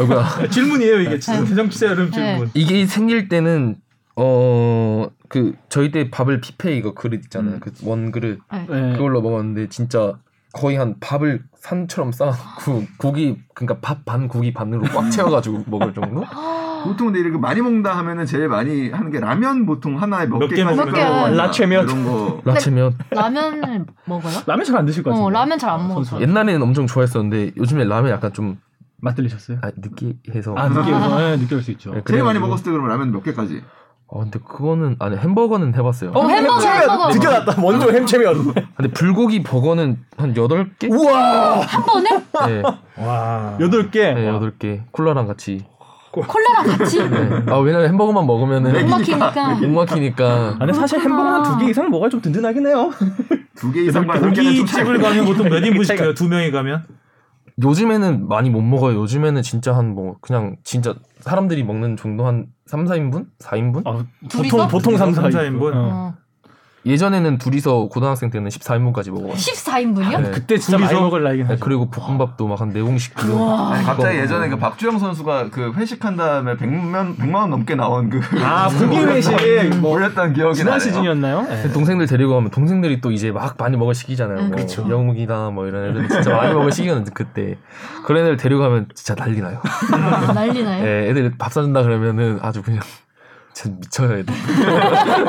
Speaker 5: 어이구야.
Speaker 2: 질문이에요
Speaker 1: 네.
Speaker 2: 이게 진정 취자 여름 질문.
Speaker 5: 이게 생길 때는 어 그 저희 때 밥을 뷔페 이거 그릇 있잖아요. 그 원 그릇
Speaker 3: 네.
Speaker 5: 그걸로 먹었는데 진짜 거의 한 밥을 산처럼 쌓아놓고 고기 그러니까 밥 반 고기 반으로 꽉 채워가지고 먹을 정도?
Speaker 8: 보통 근데 이렇게 많이 먹는다 하면은 제일 많이 하는 게 라면 보통 하나에 몇,
Speaker 2: 몇
Speaker 8: 개
Speaker 2: 개만
Speaker 1: 몇 개.
Speaker 3: 라체면.
Speaker 8: 이런 거
Speaker 5: 라체면
Speaker 1: 라면을 먹어요?
Speaker 3: 라면 잘 안 드실 것 같아요.
Speaker 1: 어, 라면 잘 안 먹어요.
Speaker 5: 옛날에는 엄청 좋아했었는데 요즘에 라면 약간 좀
Speaker 3: 맛들리셨어요?
Speaker 5: 아, 느끼해서
Speaker 3: 아 느껴서 네, 느껴올 수 있죠.
Speaker 5: 네,
Speaker 8: 제일 많이
Speaker 5: 그래가지고-
Speaker 8: 먹었을 때 그럼 라면 몇 개까지?
Speaker 5: 아 근데 그거는 아니 햄버거는 해봤어요.
Speaker 1: 어, 햄버거, 햄버거.
Speaker 3: 느껴났다. 먼저 햄채면.
Speaker 5: 근데 불고기 버거는 한 여덟 개?
Speaker 3: 우와.
Speaker 1: 한 번에?
Speaker 5: 네,
Speaker 2: 와.
Speaker 3: 여덟 개.
Speaker 5: 네 여덟 개. 콜라랑 같이.
Speaker 1: 콜라랑 같이?
Speaker 5: 네. 아 왜냐면 햄버거만 먹으면은
Speaker 1: 못
Speaker 8: 네.
Speaker 1: 막히니까.
Speaker 5: 목 막히니까.
Speaker 3: 아, 근데 사실 햄버거 한 두 개 이상 먹어야 좀 든든하긴 해요.
Speaker 8: 두 개 이상 먹는
Speaker 2: 고기
Speaker 8: 좀
Speaker 2: 집을 가면 보통 몇 인분씩 해요? 두 명이 가면?
Speaker 5: 요즘에는 많이 못 먹어요. 요즘에는 진짜 한 뭐 그냥 진짜 사람들이 먹는 정도 한 3, 4인분? 4인분?
Speaker 3: 아,
Speaker 1: 둘이서?
Speaker 3: 보통 보통 삼
Speaker 2: 삼, 사
Speaker 3: 사인
Speaker 2: 인분?
Speaker 1: 어.
Speaker 5: 예전에는 둘이서 고등학생 때는 14인분까지 먹어봤어요.
Speaker 1: 14인분이요?
Speaker 5: 네.
Speaker 3: 그때 아, 진짜 많이 먹을 나이긴
Speaker 5: 네,
Speaker 3: 하죠.
Speaker 5: 그리고 볶음밥도 막 한 내공씩 끼고.
Speaker 8: 아니, 갑자기 예전에 그 박주영 선수가 그 회식한 다음에 100만, 100만 원 넘게 나온 그
Speaker 3: 아, 고기 회식. 뭐,
Speaker 8: 올렸던 기억이
Speaker 3: 지난
Speaker 8: 나네요.
Speaker 3: 시즌이었나요? 네.
Speaker 5: 동생들 데리고 가면 동생들이 또 이제 막 많이 먹을 시기잖아요. 뭐 영욱이다 뭐 이런 애들 진짜 많이 먹을 시기였는데 그때 그런 애들 데리고 가면 진짜 난리 나요.
Speaker 1: 아, 난리나요?
Speaker 8: 네.
Speaker 5: 예, 애들 밥 사준다 그러면은 아주 그냥 진짜 미쳐요 애들.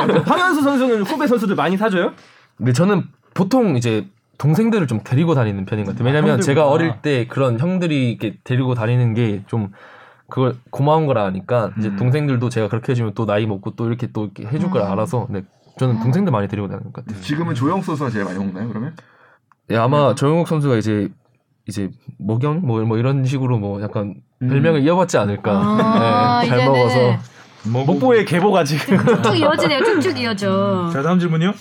Speaker 3: 그 황현수 선수는 후배 선수들 많이 사줘요?
Speaker 5: 근데 저는 보통 이제 동생들을 좀 데리고 다니는 편인 것 같아요. 왜냐면
Speaker 3: 형들구나.
Speaker 5: 제가 어릴 때 그런 형들이 이렇게 데리고 다니는 게 좀 그걸
Speaker 3: 음.
Speaker 1: 음.
Speaker 5: 고마운 걸 아니까 이제 동생들도 제가 그렇게 해주면 또 나이 먹고 또 이렇게 또 이렇게 해줄 걸 알아서 네, 저는 동생들 많이 데리고 다니는 것 같아요.
Speaker 4: 지금은 조영 선수가 제일 많이 먹나요? 그러면?
Speaker 5: 예,
Speaker 1: 음.
Speaker 5: 아마 조영욱 선수가 이제 이제 목영 뭐, 뭐 이런 식으로 뭐 약간
Speaker 3: 음.
Speaker 5: 별명을 이어받지 않을까.
Speaker 1: 아,
Speaker 5: 예, 잘
Speaker 1: 이제는.
Speaker 5: 먹어서
Speaker 7: 목보의 계보가 지금
Speaker 1: 쭉쭉 이어지네요. 쭉쭉 이어져.
Speaker 2: 자 다음 질문요.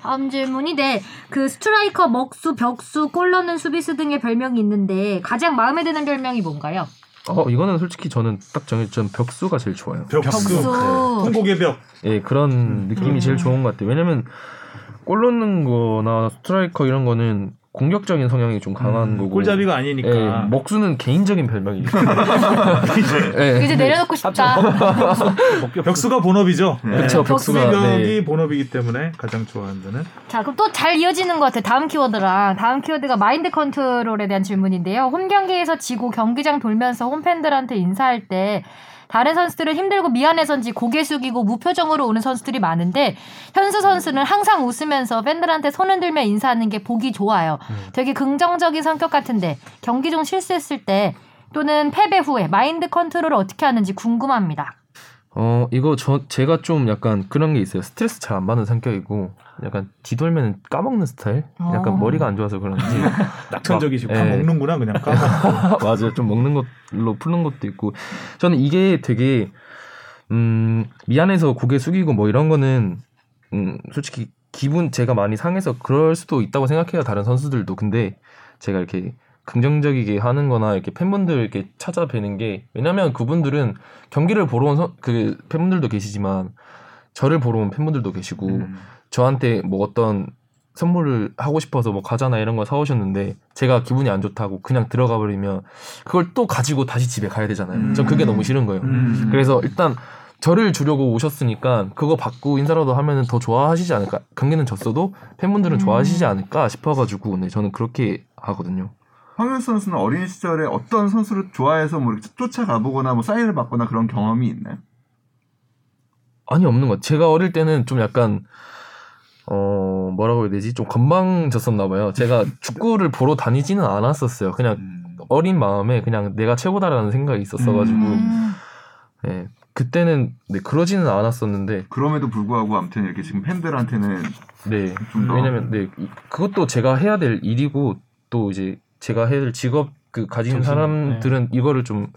Speaker 1: 다음 질문이 네. 그 스트라이커, 먹수, 벽수, 골 넣는 수비수 등의 별명이 있는데 가장 마음에 드는 별명이 뭔가요?
Speaker 5: 어 이거는 솔직히 저는 딱 정해 전 벽수가 제일 좋아요.
Speaker 1: 수.
Speaker 2: 벽수 통곡의 벽.
Speaker 5: 예, 그런
Speaker 2: 음.
Speaker 5: 느낌이 제일 좋은 것 같아요. 왜냐면 골 넣는 거나 스트라이커 이런 거는 공격적인 성향이 좀 강한 거고
Speaker 2: 음. 골잡이가 아니니까.
Speaker 5: 예, 먹수는 개인적인 별명이니까. 예.
Speaker 8: 네.
Speaker 1: 이제 내려놓고 싶다.
Speaker 2: 벽수가 본업이죠. 네.
Speaker 5: 그쵸,
Speaker 1: 벽수.
Speaker 5: 벽수가
Speaker 2: 수비벽이
Speaker 5: 네.
Speaker 2: 본업이기 때문에 가장 좋아한다는.
Speaker 1: 자, 그럼 또 잘 이어지는 것 같아요. 다음 키워드랑 다음 키워드가 마인드 컨트롤에 대한 질문인데요. 홈 경기에서 지고 경기장 돌면서 홈팬들한테 인사할 때 다른 선수들은 힘들고 미안해서인지 고개 숙이고 무표정으로 오는 선수들이 많은데 현수 선수는 항상 웃으면서 팬들한테 손을 들며 인사하는 게 보기 좋아요.
Speaker 5: 음.
Speaker 1: 되게 긍정적인 성격 같은데 경기 중 실수했을 때 또는 패배 후에 마인드 컨트롤을 어떻게 하는지 궁금합니다.
Speaker 5: 어 이거 저 제가 좀 약간 그런 게 있어요. 스트레스 잘 안 받는 성격이고 약간 뒤돌면 까먹는 스타일.
Speaker 1: 어.
Speaker 5: 약간 머리가 안 좋아서 그런지
Speaker 2: 낙천적이시고
Speaker 5: 예.
Speaker 2: 다 먹는구나 그냥 까먹고.
Speaker 5: 맞아요. 좀 먹는 것로 푸는 것도 있고 저는 이게 되게 음 미안해서 고개 숙이고 뭐 이런 거는 음 솔직히 기분 제가 많이 상해서 그럴 수도 있다고 생각해요. 다른 선수들도 근데 제가 이렇게 긍정적이게 하는 거나 이렇게 팬분들 이렇게 찾아뵈는 게 왜냐면 그분들은 경기를 보러 온 선- 그 팬분들도 계시지만 저를 보러 온 팬분들도 계시고 저한테 뭐 어떤 선물을 하고 싶어서 뭐 과자나 이런 거 사오셨는데 제가 기분이 안 좋다고 그냥 들어가 버리면 그걸 또 가지고 다시 집에 가야 되잖아요. 전 그게 너무 싫은 거예요.
Speaker 4: 음.
Speaker 5: 그래서 일단 저를 주려고 오셨으니까 그거 받고 인사라도 하면은 더 좋아하시지 않을까. 경기는 졌어도 팬분들은 좋아하시지 않을까 싶어가지고 네 저는 그렇게 하거든요.
Speaker 4: 황현 선수는 어린 시절에 어떤 선수를 좋아해서 뭐 이렇게 쫓아가보거나 뭐 사인을 받거나 그런 경험이 있나요?
Speaker 5: 아니 없는 것 같아요. 제가 어릴 때는 좀 약간 어 뭐라고 해야 되지 좀 건방졌었나 봐요. 제가 축구를 보러 다니지는 않았었어요. 그냥
Speaker 8: 음,
Speaker 5: 어린 마음에 그냥 내가 최고다라는 생각이 있었어가지고
Speaker 1: 음.
Speaker 5: 예 그때는 네 그러지는 않았었는데
Speaker 4: 그럼에도 불구하고 아무튼 이렇게 지금 팬들한테는
Speaker 5: 네
Speaker 4: 좀 더-
Speaker 5: 왜냐면 네 이- 그것도 제가 해야 될 일이고 또 이제 제가 해야 될 직업 그 가진 사람들은 이거를 좀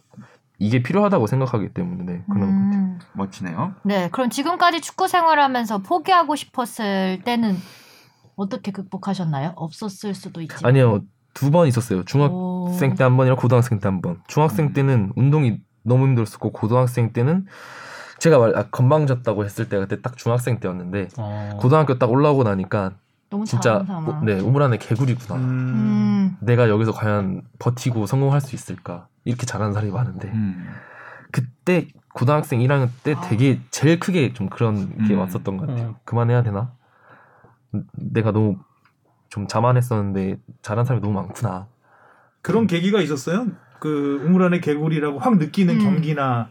Speaker 5: 이게 필요하다고 생각하기 때문에 네, 그런 것 같아요.
Speaker 1: 음.
Speaker 4: 멋지네요.
Speaker 1: 네, 그럼 지금까지 축구 생활하면서 포기하고 싶었을 때는 어떻게 극복하셨나요? 없었을 수도 있지.
Speaker 5: 아니요 두 번 있었어요. 중학 학생 때 한 번이랑 고등학생 때 한 번. 중학생 때는 운동이 너무 힘들었었고 고등학생 때는 제가 말 아, 건방졌다고 했을 때 그때 딱 중학생 때였는데 고등학교 딱 올라오고 나니까
Speaker 1: 너무
Speaker 5: 진짜
Speaker 1: 자원삼아.
Speaker 5: 오- 네 우물 안에 개구리구나.
Speaker 1: 음,
Speaker 5: 내가 여기서 과연 버티고 성공할 수 있을까? 이렇게 잘하는 사람이 많은데 그때 고등학생 1학년 때 되게
Speaker 1: 아.
Speaker 5: 제일 크게 좀 그런 게
Speaker 4: 음.
Speaker 5: 왔었던 것 같아요. 그만해야 되나? 내가 너무 좀 자만했었는데 잘하는 사람이 너무 많구나.
Speaker 2: 그런 계기가 있었어요. 그 우물 안의 개구리라고 확 느끼는
Speaker 1: 음.
Speaker 2: 경기나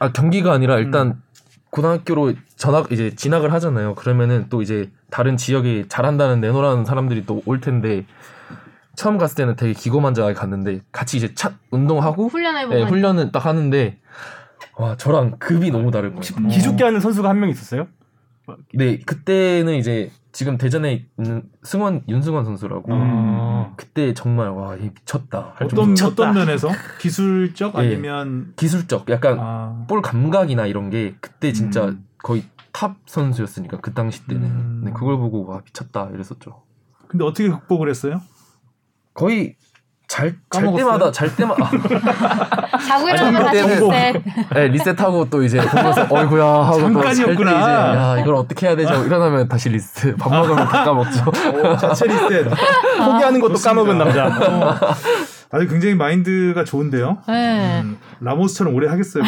Speaker 5: 아 경기가 아니라 일단 고등학교로 전학 이제 진학을 하잖아요. 그러면은 또 이제 다른 지역에 잘한다는 내노라는 사람들이 또 올 텐데 처음 갔을 때는 되게 기고만장하게 갔는데 같이 이제 차 운동하고
Speaker 1: 뭐 훈련을
Speaker 5: 예,
Speaker 1: 보면
Speaker 5: 훈련을 딱 하는데 와 저랑 급이 너무 다른 거예요.
Speaker 7: 기죽게 하는 선수가 한 명 있었어요.
Speaker 5: 네 그때는 이제 지금 대전에 있는 승원 윤승원 선수라고
Speaker 3: 음.
Speaker 5: 그때 정말 와 이 아, 미쳤다. 할 정도로
Speaker 2: 음. 어떤 어떤 면에서 기술적
Speaker 5: 예.
Speaker 2: 아니면
Speaker 5: 기술적 약간
Speaker 2: 아,
Speaker 5: 볼 감각이나 이런 게 그때 진짜 거의 탑 선수였으니까 그 당시 때는
Speaker 2: 음.
Speaker 5: 네, 그걸 보고 와 미쳤다 이랬었죠.
Speaker 2: 근데 어떻게 극복을 했어요?
Speaker 5: 거의 잘, 잘
Speaker 2: 까먹었어요?
Speaker 5: 때마다 잘 때마다 아,
Speaker 1: 자고 일어나면
Speaker 5: 아니,
Speaker 1: 다시
Speaker 5: 그때는-
Speaker 1: 글쎄.
Speaker 5: 네, 리셋하고 또 이제 보면서 어이구야 하고 또잘때 이제
Speaker 2: 잠깐이었구나.
Speaker 5: 야 이걸 어떻게 해야 되지 하고 일어나면 다시 리셋 밥 먹으면 다 까먹죠.
Speaker 2: 어, 자체 리셋.
Speaker 7: 포기하는 것도 까먹은 남자.
Speaker 2: 어. 아주 굉장히 마인드가 좋은데요.
Speaker 1: 네.
Speaker 2: 음, 라모스처럼 오래 하겠어요.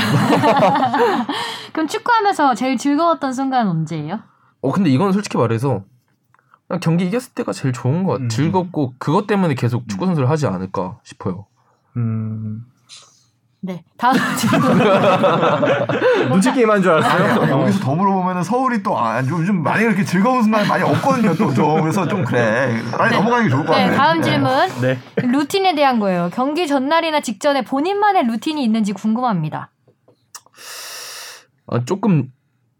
Speaker 1: 그럼 축구하면서 제일 즐거웠던 순간 언제예요?
Speaker 5: 어 근데 이건 솔직히 말해서 그냥 경기 이겼을 때가 제일 좋은 것 같아.
Speaker 2: 음.
Speaker 5: 즐겁고 그것 때문에 계속 축구 선수를 하지 않을까 싶어요.
Speaker 2: 음.
Speaker 1: 네, 다음 질문.
Speaker 7: 눈치 게임 하는 줄 아, 알았어요.
Speaker 4: 여기서 더 물어보면 서울이 또 아, 요즘 많이 이렇게 즐거운 순간이 많이 없거든요. 또 좀. 그래서 좀 그래. 빨리
Speaker 1: 네.
Speaker 4: 넘어가는 게 좋을 것
Speaker 1: 네,
Speaker 4: 같아요.
Speaker 1: 다음 질문.
Speaker 7: 네.
Speaker 1: 루틴에 대한 거예요. 경기 전날이나 직전에 본인만의 루틴이 있는지 궁금합니다.
Speaker 5: 아, 조금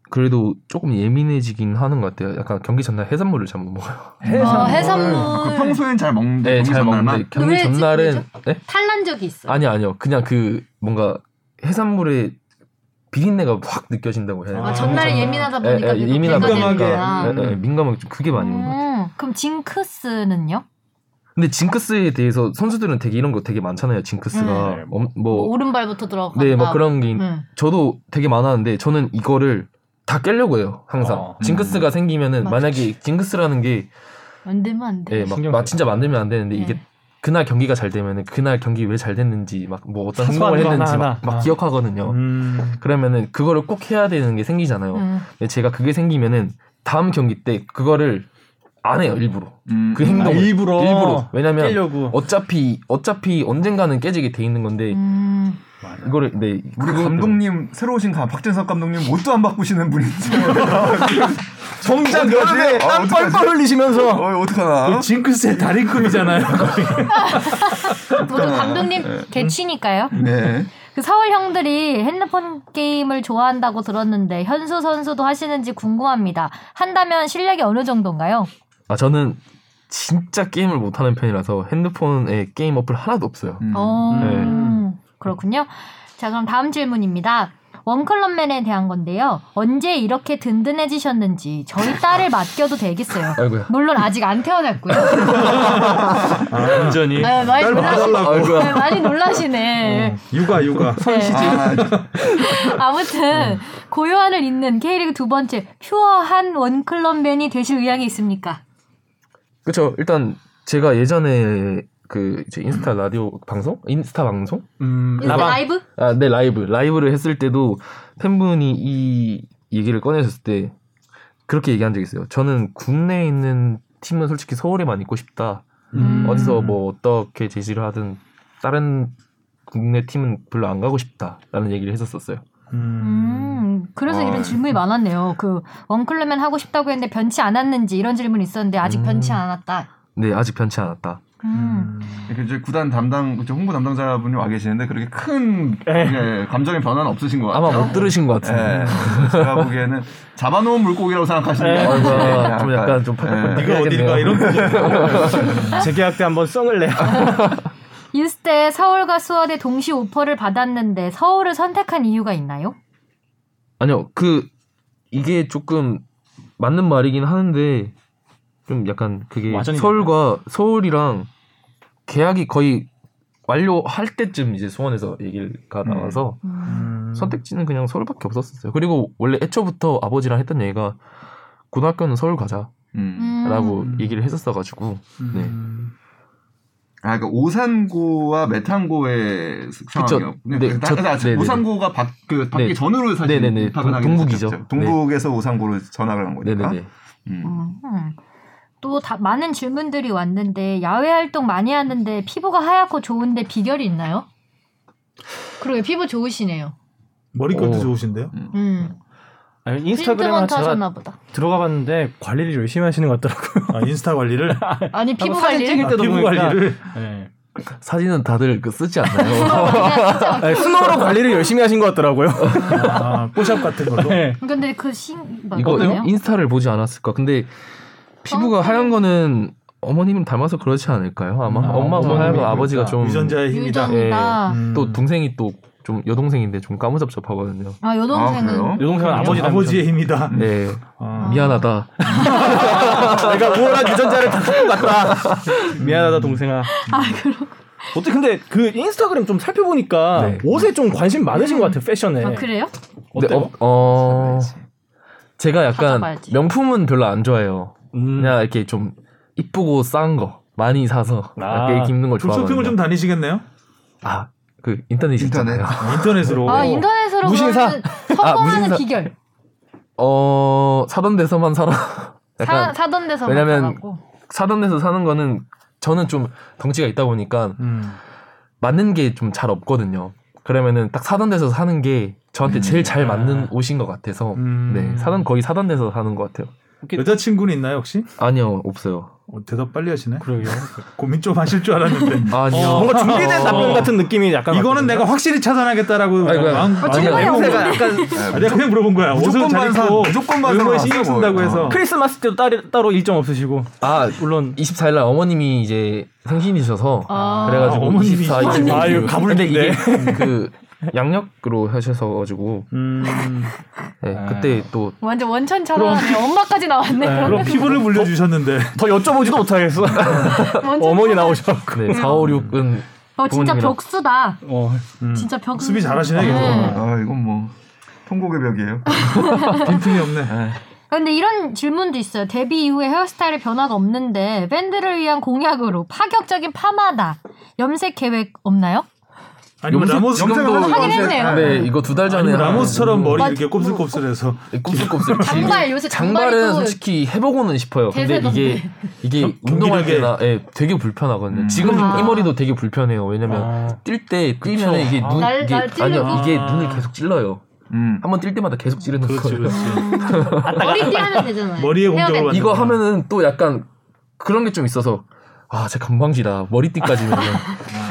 Speaker 5: 그래도 조금 예민해지긴 하는 것 같아요. 약간 경기 전날 해산물을 잘 못 먹어요.
Speaker 1: 어,
Speaker 4: 그
Speaker 1: 해산물
Speaker 4: 평소엔 잘 먹는데
Speaker 5: 네,
Speaker 4: 거기서
Speaker 5: 잘
Speaker 4: 날만?
Speaker 5: 먹는데 경기
Speaker 1: 왜
Speaker 5: 전날은 네?
Speaker 1: 탈난 적이 있어.
Speaker 5: 아니 아니요. 그냥 그 뭔가 해산물의 비린내가 확 느껴진다고 해요.
Speaker 1: 아,
Speaker 2: 아,
Speaker 1: 전날에
Speaker 2: 그렇구나.
Speaker 1: 예민하다 네.
Speaker 5: 예,
Speaker 1: 보니까
Speaker 5: 예,
Speaker 1: 그게
Speaker 5: 예민하다
Speaker 1: 밴더제니까.
Speaker 5: 보니까 예, 예, 민감하게 좀 그게 많이 오는 것 같아요.
Speaker 1: 음, 그럼 징크스는요?
Speaker 5: 근데 징크스에 대해서 선수들은 되게 이런 거 되게 많잖아요. 징크스가
Speaker 1: 네.
Speaker 5: 엄- 뭐
Speaker 1: 오른발부터 들어가.
Speaker 5: 네, 막 그런 게 있-
Speaker 1: 음.
Speaker 5: 저도 되게 많았는데 저는 이거를 다 깨려고 해요. 항상
Speaker 3: 어.
Speaker 5: 징크스가 생기면은
Speaker 1: 맞아.
Speaker 5: 만약에 징크스라는 게
Speaker 1: 안 되면 안 돼.
Speaker 5: 예, 막,
Speaker 3: 신경
Speaker 5: 막
Speaker 3: 쓰여.
Speaker 5: 진짜 만들면 안 되는데 이게
Speaker 1: 네.
Speaker 5: 그날 경기가 잘 되면은 그날 경기 왜 잘 됐는지 막 뭐 어떤
Speaker 3: 사소한
Speaker 5: 행동을
Speaker 3: 거
Speaker 5: 했는지
Speaker 3: 하나,
Speaker 5: 막,
Speaker 3: 하나.
Speaker 5: 막
Speaker 3: 아.
Speaker 5: 기억하거든요.
Speaker 2: 음.
Speaker 5: 그러면은 그거를 꼭 해야 되는 게 생기잖아요.
Speaker 1: 음.
Speaker 5: 근데 제가 그게 생기면은 다음 경기 때 그거를 안 해요 일부러.
Speaker 4: 음,
Speaker 5: 그 행동을
Speaker 3: 아, 일부러
Speaker 5: 일부러. 왜냐면
Speaker 3: 깨려고.
Speaker 5: 어차피 어차피 언젠가는 깨지게 돼 있는 건데
Speaker 1: 음.
Speaker 5: 이거를 네
Speaker 4: 우리
Speaker 5: 그거-
Speaker 4: 감독님 새로 오신 감 박진석 감독님 옷도 안
Speaker 5: 네,
Speaker 4: 바꾸시는 분인데
Speaker 3: 정작
Speaker 4: 어떡하지?
Speaker 3: 여름에
Speaker 4: 아,
Speaker 3: 땀
Speaker 4: 어떡하지?
Speaker 3: 뻘뻘 흘리시면서
Speaker 4: 어 어떡하나
Speaker 2: 징크스의 달인급이잖아요.
Speaker 1: 모두 감독님 개취니까요.
Speaker 5: 음.
Speaker 4: 네
Speaker 1: 그 서울 형들이 핸드폰 게임을 좋아한다고 들었는데 현수 선수도 하시는지 궁금합니다. 한다면 실력이 어느 정도인가요?
Speaker 5: 아 저는 진짜 게임을 못하는 편이라서 핸드폰에 게임 어플 하나도 없어요.
Speaker 4: 음.
Speaker 1: 어,
Speaker 5: 네.
Speaker 1: 그렇군요. 자, 그럼 다음 질문입니다. 원클럽맨에 대한 건데요. 언제 이렇게 든든해지셨는지 저희 딸을 맡겨도 되겠어요.
Speaker 5: 아이고야.
Speaker 1: 물론 아직 안 태어났고요.
Speaker 2: 아, 완전히
Speaker 1: 네, 많이
Speaker 2: 딸
Speaker 1: 놀라시,
Speaker 2: 봐달라고. 음,
Speaker 1: 네, 많이 놀라시네.
Speaker 5: 음.
Speaker 2: 육아 육아.
Speaker 1: 네.
Speaker 5: 음.
Speaker 1: 아무튼 고요한을 잇는 K리그 두 번째 퓨어한 원클럽맨이 되실 의향이 있습니까?
Speaker 5: 그쵸 일단 제가 예전에 그 이제 인스타 라디오 방송 인스타 방송
Speaker 3: 음,
Speaker 1: 이거 라이브?
Speaker 5: 아, 네, 라이브. 라이브를 했을 때도 팬분이 이 얘기를 꺼내셨을 때 그렇게 얘기한 적이 있어요. 저는 국내에 있는 팀은 솔직히 서울에만 있고 싶다.
Speaker 1: 음.
Speaker 5: 어디서 뭐 어떻게 제시를 하든 다른 국내 팀은 별로 안 가고 싶다라는 얘기를 했었었어요.
Speaker 1: 음, 그래서
Speaker 5: 아.
Speaker 1: 이런 질문이 많았네요. 그 원클럽맨 하고 싶다고 했는데 변치 않았는지 이런 질문이 있었는데 아직
Speaker 5: 음.
Speaker 1: 변치 않았다.
Speaker 5: 네, 아직 변치 않았다.
Speaker 1: 음.
Speaker 4: 이렇게 이제 그, 구단 담당 이제 홍보 담당자분이 와 계시는데 그렇게 큰 예, 감정의 변화는 없으신 것 같아요
Speaker 5: 네. 아마 못 들으신 것 같은데.
Speaker 4: 예, 제가 보기에는 잡아놓은 물고기라고 생각하시는 예, 게
Speaker 5: 아이고,
Speaker 4: 아니라
Speaker 5: 아, 좀 약간 좀 팔팔팔
Speaker 2: 네가 어딜 가 이런
Speaker 3: 재계약 때 한번 성을 내.
Speaker 1: 인스타에 서울과 수원의 동시 오퍼를 받았는데 서울을 선택한 이유가 있나요?
Speaker 5: 아니요, 그 이게 조금 맞는 말이긴 하는데 좀 약간 그게
Speaker 3: 와전이
Speaker 5: 서울과 서울이랑 계약이 거의 완료할 때쯤 이제 수원에서 얘기가 나와서
Speaker 2: 음,
Speaker 5: 선택지는 그냥 서울밖에 없었어요. 그리고 원래 애초부터 아버지랑 했던 얘기가 고등학교는 서울 가자라고
Speaker 4: 음.
Speaker 1: 음.
Speaker 5: 얘기를 했었어가지고 네.
Speaker 4: 아, 그러니까 오산고와 메탄고의 상황이었군요. 그러니까
Speaker 5: 네,
Speaker 4: 다-
Speaker 5: 저-
Speaker 4: 다-
Speaker 5: 네네.
Speaker 4: 오산고가 바, 그, 받기
Speaker 5: 네.
Speaker 4: 전으로 사실
Speaker 5: 네네네.
Speaker 4: 입학을
Speaker 5: 동-
Speaker 4: 하게
Speaker 5: 동국이죠.
Speaker 4: 됐었죠.
Speaker 5: 네.
Speaker 4: 동국에서 오산고로 전학을 한 거니까.
Speaker 5: 네네네.
Speaker 4: 음.
Speaker 1: 음. 또 다, 많은 질문들이 왔는데 야외 활동 많이 하는데 피부가 하얗고 좋은데 비결이 있나요? 그러게 피부 좋으시네요.
Speaker 2: 머리끝도
Speaker 5: 오.
Speaker 2: 좋으신데요.
Speaker 1: 음.
Speaker 3: 아니, 인스타그램
Speaker 1: 트리트먼트
Speaker 3: 제가
Speaker 1: 하셨나 보다.
Speaker 3: 들어가 봤는데 관리를 열심히 하시는 것 같더라고요.
Speaker 2: 아, 인스타 관리를 아,
Speaker 1: 아니 피부
Speaker 3: 사진
Speaker 1: 관리.
Speaker 3: 찍을 때도
Speaker 2: 피부
Speaker 3: 보니까.
Speaker 2: 관리를
Speaker 3: 네.
Speaker 5: 사진은 다들 그 쓰지 않나요?
Speaker 3: 아니,
Speaker 1: 그렇죠.
Speaker 3: 스노우로 관리를 열심히 하신 것 같더라고요.
Speaker 2: 아, 뽀샵 같은 걸로.
Speaker 3: 네.
Speaker 1: 근데 그신 뭐,
Speaker 5: 이거 인스타를 보지 않았을까? 근데
Speaker 1: 아,
Speaker 5: 피부가 하얀 거는 어머님 다닮아서 그렇지 않을까요? 아마
Speaker 3: 아,
Speaker 5: 엄마가
Speaker 3: 어머님이
Speaker 5: 하얗고
Speaker 3: 그러니까.
Speaker 5: 아버지가 좀
Speaker 2: 음. 유전자의 힘이다.
Speaker 1: 유전이다.
Speaker 2: 음.
Speaker 5: 또 동생이 또 좀 여동생인데 좀 까무잡잡하거든요.
Speaker 1: 아
Speaker 4: 아,
Speaker 1: 여동생은
Speaker 4: 그래요?
Speaker 3: 여동생은 아버지
Speaker 2: 아버지의 힘이다.
Speaker 5: 네
Speaker 2: 아,
Speaker 5: 미안하다.
Speaker 3: 내가 우월한 유전자를 다 갖고 갔다. 미안하다 동생아.
Speaker 1: 아 그렇.
Speaker 3: 어때 근데 그 인스타그램 좀 살펴보니까
Speaker 5: 네.
Speaker 3: 옷에 좀 관심 많으신 것 같아요 패션에.
Speaker 1: 아 그래요?
Speaker 5: 근데
Speaker 3: 어때요?
Speaker 5: 어, 어, 제가 약간
Speaker 1: 찾아봐야지.
Speaker 5: 명품은 별로 안 좋아해요.
Speaker 3: 음.
Speaker 5: 그냥 이렇게 좀 이쁘고 싼 거 많이 사서
Speaker 3: 아.
Speaker 5: 이렇게 입는 걸
Speaker 2: 좀 쇼핑을 좀
Speaker 5: 좋아하거든요.
Speaker 2: 다니시겠네요.
Speaker 5: 아그 인터넷 있잖아요.
Speaker 2: 아, 인터넷으로.
Speaker 1: 아 인터넷으로
Speaker 3: 무신사?
Speaker 1: 그러면 성공하는
Speaker 5: 무신사.
Speaker 1: 비결
Speaker 5: 어 사던 데서만 사라.
Speaker 1: 사,
Speaker 5: 약간
Speaker 1: 사던 데서
Speaker 5: 왜냐면
Speaker 1: 만나갖고.
Speaker 5: 사던 데서 사는 거는 저는 좀 덩치가 있다 보니까
Speaker 2: 음.
Speaker 5: 맞는 게 좀 잘 없거든요. 그러면은 딱 사던 데서 사는 게 저한테 제일 잘 맞는 옷인 것 같아서
Speaker 2: 음.
Speaker 5: 네 사던 거의 사던 데서 사는 것 같아요.
Speaker 2: 여자친구는 있나요 혹시?
Speaker 5: 아니요 없어요.
Speaker 2: 어, 대답 빨리 하시네.
Speaker 3: 그러게요.
Speaker 2: 고민 좀 하실 줄 알았는데.
Speaker 5: 아니요.
Speaker 3: 뭔가 준비된 답변 같은 어. 느낌이 약간
Speaker 2: 이거는
Speaker 3: 왔거든요.
Speaker 2: 내가 확실히 찾아내겠다라고
Speaker 5: 아이고야.
Speaker 2: 마음
Speaker 1: 아,
Speaker 2: 마음이
Speaker 1: 정말요?
Speaker 2: 없네.
Speaker 3: 냄새가 어, 약간
Speaker 4: 그렇죠.
Speaker 2: 아, 내가 그냥 물어본 거야. 옷을
Speaker 4: 무조건
Speaker 2: 잘
Speaker 4: 반사,
Speaker 2: 입고
Speaker 4: 무조건 반사
Speaker 2: 외모에 신경
Speaker 4: 나왔어,
Speaker 2: 쓴다고
Speaker 4: 뭐.
Speaker 3: 아,
Speaker 2: 해서.
Speaker 3: 크리스마스 때도 따리, 따로 일정 없으시고
Speaker 5: 아
Speaker 3: 물론
Speaker 5: 24일 날 어머님이 이제 생신이셔서
Speaker 1: 아.
Speaker 5: 그래가지고
Speaker 2: 아, 어머님이
Speaker 5: 24, 25.
Speaker 3: 아유,
Speaker 5: 근데
Speaker 3: 가불린데.
Speaker 5: 이게 그 양력으로 하셔서 가지고
Speaker 2: 네. 음,
Speaker 5: 네, 그때 또
Speaker 1: 완전 원천처럼 엄마까지 나왔네.
Speaker 2: 그럼 피부를 물려주셨는데
Speaker 3: 더 여쭤보지도 못하겠어.
Speaker 1: 원천처럼.
Speaker 3: 어머니 나오셔.
Speaker 5: 네, 4, 5, 6은
Speaker 1: 어 진짜
Speaker 5: 부모님이랑.
Speaker 1: 벽수다.
Speaker 3: 어.
Speaker 1: 진짜 벽.
Speaker 2: 수비 잘하시네.
Speaker 1: 네.
Speaker 2: 계속.
Speaker 4: 아 이건 뭐 통곡의 벽이에요.
Speaker 2: 빈틈이 없네.
Speaker 1: 근데 이런 질문도 있어요. 데뷔 이후에 헤어스타일의 변화가 없는데 밴드를 위한 공약으로 파격적인 파마다 염색 계획 없나요?
Speaker 2: 아니면 뭐
Speaker 5: 염색-
Speaker 2: 라모스
Speaker 5: 염색을
Speaker 4: 염색을
Speaker 1: 하긴 했네요.
Speaker 5: 네 이거 두 달 전에
Speaker 2: 아니면 뭐
Speaker 5: 한-
Speaker 2: 라모스처럼 머리
Speaker 1: 맞-
Speaker 2: 이렇게 곱슬곱슬해서
Speaker 5: 어. 곱슬곱슬
Speaker 1: 음. 장발,
Speaker 5: 길게-
Speaker 1: 요새 장발이
Speaker 5: 장발은
Speaker 1: 또
Speaker 5: 솔직히 해보고는 싶어요. 근데
Speaker 1: 대세던데.
Speaker 5: 이게 이게 운동할
Speaker 2: 경기력에- 음.
Speaker 5: 때나 예, 되게 불편하거든요. 지금
Speaker 1: 아.
Speaker 5: 이 머리도 되게 불편해요. 왜냐면
Speaker 3: 아.
Speaker 5: 뛸 때 뛰면 이게 눈
Speaker 1: 날-
Speaker 5: 이게
Speaker 1: 날 찌르고?
Speaker 5: 아니요 이게 눈을 계속 찔러요.
Speaker 4: 음.
Speaker 5: 한 번 뛸 때마다 계속 찌르는
Speaker 2: 그렇죠, 그렇지
Speaker 5: 거예요.
Speaker 2: 그렇지.
Speaker 1: 음. 머리띠 하면 되잖아요.
Speaker 2: 머리에
Speaker 1: 헤어밴드.
Speaker 2: 공격을 받는
Speaker 5: 이거
Speaker 2: 거야.
Speaker 5: 하면은 또 약간 그런 게 좀 있어서 아, 제 건방지다. 머리띠까지는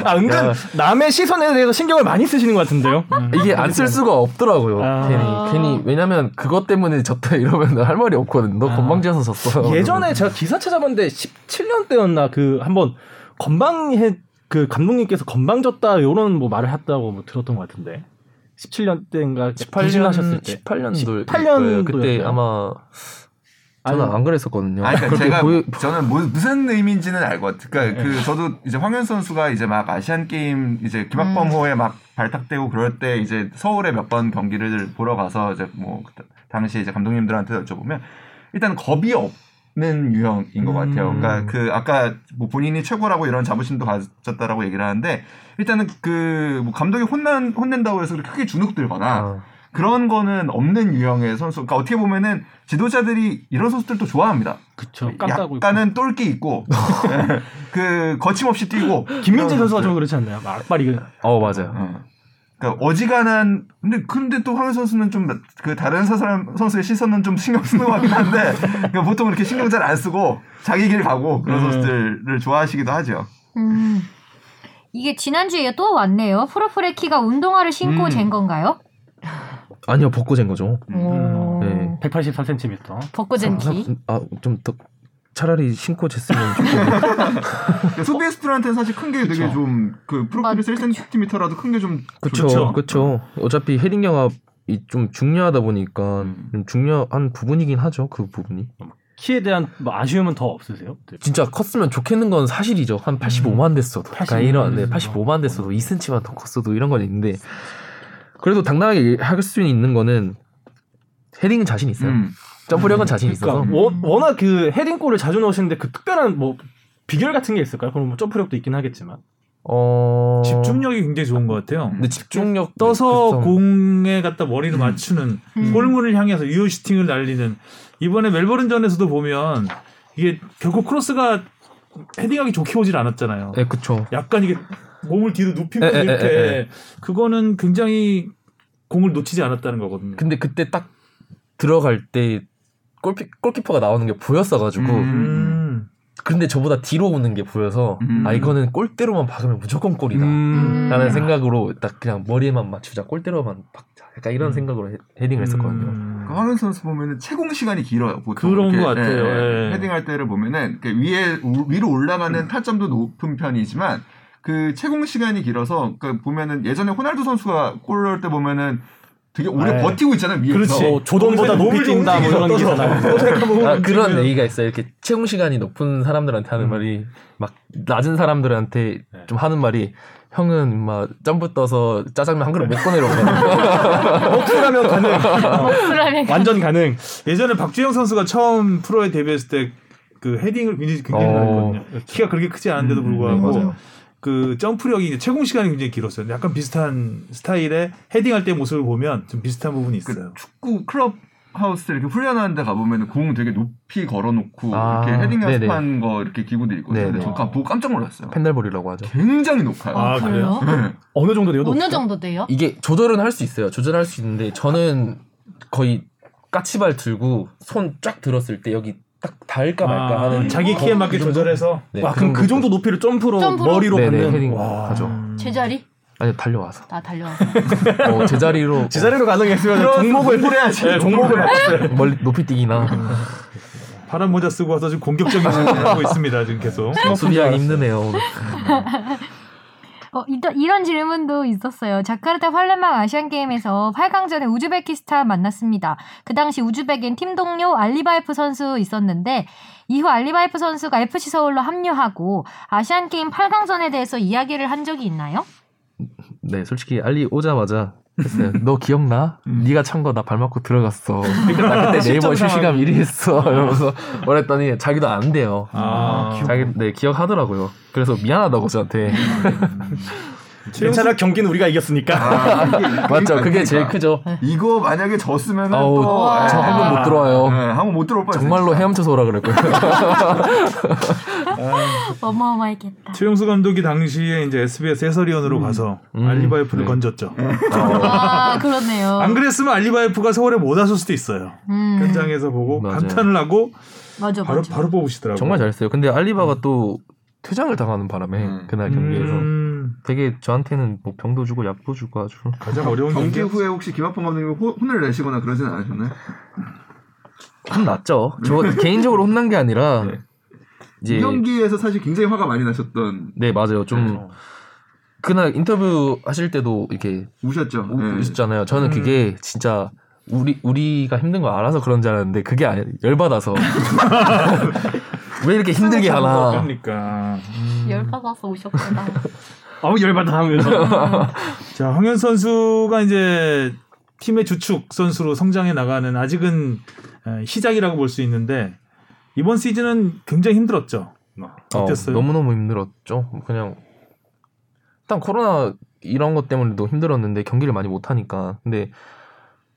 Speaker 3: 아 은근 남의 시선에 대해서 신경을 많이 쓰시는 것 같은데요.
Speaker 5: 이게 안 쓸 수가 없더라고요.
Speaker 2: 아.
Speaker 5: 괜히 괜히 왜냐면 그것 때문에 졌다 이러면 할 말이 없거든.
Speaker 2: 아.
Speaker 5: 너 건방지어서 졌어.
Speaker 3: 예전에 제가 기사 찾아봤는데 17년 때였나 그 한번 건방해 그 감독님께서 건방졌다 요런 뭐 말을 했다고 뭐 들었던 것 같은데 17년 때인가
Speaker 5: 18년 네.
Speaker 3: 하셨을 때
Speaker 5: 18년도
Speaker 3: 18년도였나요?
Speaker 5: 그때 아마 저는
Speaker 3: 아니,
Speaker 5: 안 그랬었거든요.
Speaker 4: 아, 그러니까
Speaker 5: 그렇게
Speaker 4: 제가
Speaker 5: 보여- 네.
Speaker 4: 저는 뭐- 무슨 의미인지는 알 것 같아요. 그러니까 그 저도 이제 황현 선수가 이제 막 아시안 게임 이제 김학범호에 막 발탁되고 그럴 때 이제 서울에 몇 번 경기를 보러 가서 이제 뭐 그때 당시 이제 감독님들한테 여쭤보면 일단 겁이 없는 유형인 것 같아요. 그러니까
Speaker 5: 음.
Speaker 4: 그 아까 뭐 본인이 최고라고 이런 자부심도 가졌다라고 얘기를 하는데 일단은 그뭐 감독이 혼난 혼낸다고 해서 그렇게 크게 주눅들거나
Speaker 5: 아.
Speaker 4: 그런 거는 없는 유형의 선수. 그러니까 어떻게 보면은 지도자들이 이런 선수들도 좋아합니다.
Speaker 3: 그쵸 깜빡하고
Speaker 4: 약간은 똘끼 있고 그 거침없이 뛰고
Speaker 3: 김민재 선수가 좀 그렇지 않나요? 막 악발이
Speaker 5: 어 맞아요.
Speaker 4: 어. 그러니까 어지간한 근데 근데 또 황현 선수는 좀 그 다른 사- 사람 선수의 시선은 좀 신경 쓰는 것 같긴 한데 그러니까 보통 이렇게 신경 잘 안 쓰고 자기 길 가고 그런 선수들을 좋아하시기도 하죠.
Speaker 1: 음. 이게 지난주에 또 왔네요. 프로프레키가 운동화를 신고
Speaker 4: 음.
Speaker 1: 잰 건가요?
Speaker 5: 아니요 벗고 잰 거죠.
Speaker 1: 오.
Speaker 5: 네.
Speaker 3: 184cm.
Speaker 1: 벗고 잰 키.
Speaker 5: 아 좀 더 차라리 신고 쟀으면 좋고
Speaker 4: 그러니까 소비에스트한테는 사실 큰 게 되게 좀 그 프로필이 1cm라도 큰 게 좀
Speaker 5: 그렇죠.
Speaker 2: 그쵸.
Speaker 5: 그렇죠. 어차피 헤딩 영합이 좀 중요하다 보니까 좀 중요한 부분이긴 하죠. 그 부분이
Speaker 3: 키에 대한 뭐 아쉬움은 더 없으세요? 네.
Speaker 5: 진짜 컸으면 좋겠는 건 사실이죠. 한 85만 됐어도 그러니까
Speaker 3: 85만
Speaker 5: 이런 네,
Speaker 3: 됐어도.
Speaker 5: 85만 됐어도 2cm만 더 컸어도 이런 건 있는데 그래도 당당하게 할 수 있는 거는 헤딩은 자신 있어요.
Speaker 4: 음.
Speaker 5: 점프력은 자신 있어서.
Speaker 3: 그러니까 워- 워낙 그 헤딩골을 자주 넣으시는데 그 특별한 뭐 비결 같은 게 있을까요? 그럼 뭐 점프력도 있긴 하겠지만.
Speaker 5: 어
Speaker 2: 집중력이 그렇죠. 굉장히 좋은 것 같아요.
Speaker 5: 근데 집중력
Speaker 2: 떠서
Speaker 5: 급성.
Speaker 2: 공에 갖다 머리를 맞추는
Speaker 1: 음.
Speaker 2: 골문을 향해서 유효슈팅을 날리는 이번에 멜버른전에서도 보면 이게 결코 크로스가 헤딩하기 좋게 오질 않았잖아요.
Speaker 5: 네, 그쵸.
Speaker 2: 약간 이게 몸을 뒤로 눕히면
Speaker 5: 에, 에,
Speaker 2: 이렇게
Speaker 5: 에, 에.
Speaker 2: 그거는 굉장히 공을 놓치지 않았다는 거거든요.
Speaker 5: 근데 그때 딱 들어갈 때 골키, 골키퍼가 나오는 게 보였어가지고
Speaker 4: 음.
Speaker 2: 음.
Speaker 5: 근데 저보다 뒤로 오는 게 보여서
Speaker 4: 음.
Speaker 5: 아 이거는 골대로만 박으면 무조건 골이다
Speaker 1: 음.
Speaker 5: 라는 생각으로 딱 그냥 머리에만 맞추자 골대로만 박자 약간 이런
Speaker 2: 음.
Speaker 5: 생각으로 헤, 딩을 했었거든요
Speaker 2: 음.
Speaker 4: 그 황현 선수 보면은 채공 시간이 길어요. 보통
Speaker 2: 그런
Speaker 4: 이렇게,
Speaker 2: 것 같아요. 예.
Speaker 4: 헤딩할 때를 보면은 그 위에 우- 위로 올라가는
Speaker 5: 음.
Speaker 4: 타점도 높은 편이지만 그 채공 시간이 길어서 그 보면은 예전에 호날두 선수가 골 넣을 때 보면은 되게
Speaker 3: 예.
Speaker 4: 오래 버티고 있잖아요. 위에서.
Speaker 3: 어, 조던보다 높이 뛴다 뭐 이런 기사 나요.
Speaker 5: 아, 음. 그런 얘기가 있어요 이렇게 채용 시간이 높은 사람들한테 하는 말이 막 낮은 사람들한테 좀 하는 말이 형은 막 점프 떠서 짜장면 한 그릇 못 꺼내려고
Speaker 2: 어,
Speaker 3: 억수라면
Speaker 1: 어,
Speaker 3: 가능.
Speaker 1: 그러면
Speaker 3: 완전 가능.
Speaker 2: 예전에 박주영 선수가 처음 프로에 데뷔했을 때 그 헤딩을 굉장히 굉장히
Speaker 5: 어. 음, 네,
Speaker 2: 잘했거든요. 키가 그렇게 크지 않은데도 불구하고
Speaker 1: 맞아요.
Speaker 2: 그 점프력이 이제 최공 시간이 굉장히 길었어요. 약간 비슷한 스타일의 헤딩할 때 모습을 보면 좀 비슷한 부분이 있어요.
Speaker 5: 그
Speaker 4: 축구 클럽 하우스 이렇게 훈련하는 데 가보면 공 되게 높이 걸어놓고
Speaker 5: 아,
Speaker 4: 이렇게 헤딩
Speaker 5: 네네.
Speaker 4: 연습한 거 이렇게 기구들이 있거든요.
Speaker 5: 네네.
Speaker 4: 근데 저 보고 깜짝 놀랐어요.
Speaker 5: 팬들볼이라고 하죠
Speaker 4: 굉장히 높아요.
Speaker 2: 아,
Speaker 1: 아, 별로?
Speaker 4: 네.
Speaker 3: 어느 정도 돼요?
Speaker 1: 어느 정도 돼요?
Speaker 5: 이게 조절은 할 수 있어요. 조절할 수 있는데 저는 거의 까치발 들고 손 쫙 들었을 때 여기 딱 닿을까 말까
Speaker 2: 아,
Speaker 5: 하는
Speaker 2: 자기
Speaker 3: 어,
Speaker 5: 거-
Speaker 2: 키에 맞게
Speaker 5: 그 정도?
Speaker 2: 조절해서
Speaker 5: 네,
Speaker 3: 와 그럼 그 정도 높이를 점프로, 아,
Speaker 1: 점프로?
Speaker 3: 머리로
Speaker 5: 네네
Speaker 3: 받는
Speaker 5: 헤딩
Speaker 3: 와.
Speaker 5: 가죠.
Speaker 1: 제자리?
Speaker 5: 아니 달려와서
Speaker 1: 나 달려.
Speaker 5: 어, 제자리로
Speaker 3: 제자리로 가능했으면 종목을 해야지. 네. 종목을
Speaker 5: 어, 멀리 높이 뛰기나
Speaker 2: 파란 모자 쓰고 와서 지금 공격적인 생각을 하고 있습니다. 지금 계속.
Speaker 5: 어, 수비하기 힘드네요. 오늘.
Speaker 1: 어, 이따- 이런 질문도 있었어요. 자카르타 팔레망 아시안 게임에서 8강전에 우즈베키스탄 만났습니다. 그 당시 우즈벡인 팀 동료 알리바이프 선수 있었는데 이후 알리바이프 선수가 FC 서울로 합류하고 아시안 게임 8강전에 대해서 이야기를 한 적이 있나요?
Speaker 5: 네, 솔직히 알리 오자마자 했어요. 너 기억나? 네가 찬 거 나 발 맞고 들어갔어. 나 그때 네이버 실시감 1위 했어. 이러면서 말했더니 자기도 안 돼요.
Speaker 2: 아,
Speaker 5: 자기 네 기억하더라고요. 그래서 미안하다고 저한테
Speaker 3: 괜찮아 경기는 우리가 이겼으니까.
Speaker 4: 아, 이게
Speaker 5: 맞죠?
Speaker 4: 아닙니까?
Speaker 5: 그게 제일 크죠.
Speaker 4: 이거 만약에 졌으면
Speaker 5: 아우
Speaker 4: 또 예,
Speaker 5: 저 한 번 못 들어와요.
Speaker 4: 예, 한번 못 들어올 뻔했어요.
Speaker 5: 정말로 헤엄쳐서 오라 그랬고요.
Speaker 1: 어마어마했겠다.
Speaker 2: 최용수 감독이 당시에 이제 SBS 해설위원으로 가서
Speaker 5: 음.
Speaker 2: 알리바이프를
Speaker 5: 네.
Speaker 2: 건졌죠.
Speaker 1: 아 그러네요.
Speaker 2: 안 그랬으면 알리바이프가 서울에 못 왔을 수도 있어요.
Speaker 1: 음,
Speaker 2: 현장에서 보고
Speaker 5: 맞아요.
Speaker 2: 감탄을 하고
Speaker 1: 맞아
Speaker 2: 바로
Speaker 1: 맞아.
Speaker 2: 바로 뽑으시더라고요.
Speaker 5: 정말 잘했어요. 근데 알리바가 또 퇴장을 당하는 바람에
Speaker 4: 음.
Speaker 5: 그날 경기에서
Speaker 2: 음,
Speaker 5: 되게 저한테는 뭐 병도 주고 약도 주고 아주
Speaker 2: 가장 어려운
Speaker 4: 경기
Speaker 2: 경기.
Speaker 4: 후에 혹시 김학범 감독님 호- 혼을 내시거나 그러진 않으셨나요?
Speaker 5: 혼났죠. 저 개인적으로 혼난 게 아니라
Speaker 4: 이
Speaker 5: 이제
Speaker 4: 경기에서 사실 굉장히 화가 많이 나셨던
Speaker 5: 네 맞아요.
Speaker 2: 음.
Speaker 5: 좀 그날 인터뷰 하실 때도 이렇게
Speaker 4: 우셨죠.
Speaker 5: 우-
Speaker 2: 음.
Speaker 4: 예.
Speaker 5: 우셨잖아요. 저는 그게 진짜 우리 우리가 힘든 거 알아서 그런 줄 알았는데 그게 아니 열받아서 왜 이렇게 힘들게 하나.
Speaker 2: 그러니까.
Speaker 1: 열 받아서 오셨구나.
Speaker 3: 아우 열받아 하면서.
Speaker 2: 자, 황현 선수가 이제 팀의 주축 선수로 성장해 나가는 아직은 에, 시작이라고 볼 수 있는데 이번 시즌은 굉장히 힘들었죠. 어땠어요?
Speaker 5: 너무 너무 힘들었죠. 그냥 일단 코로나 이런 것 때문에도 힘들었는데 경기를 많이 못 하니까. 근데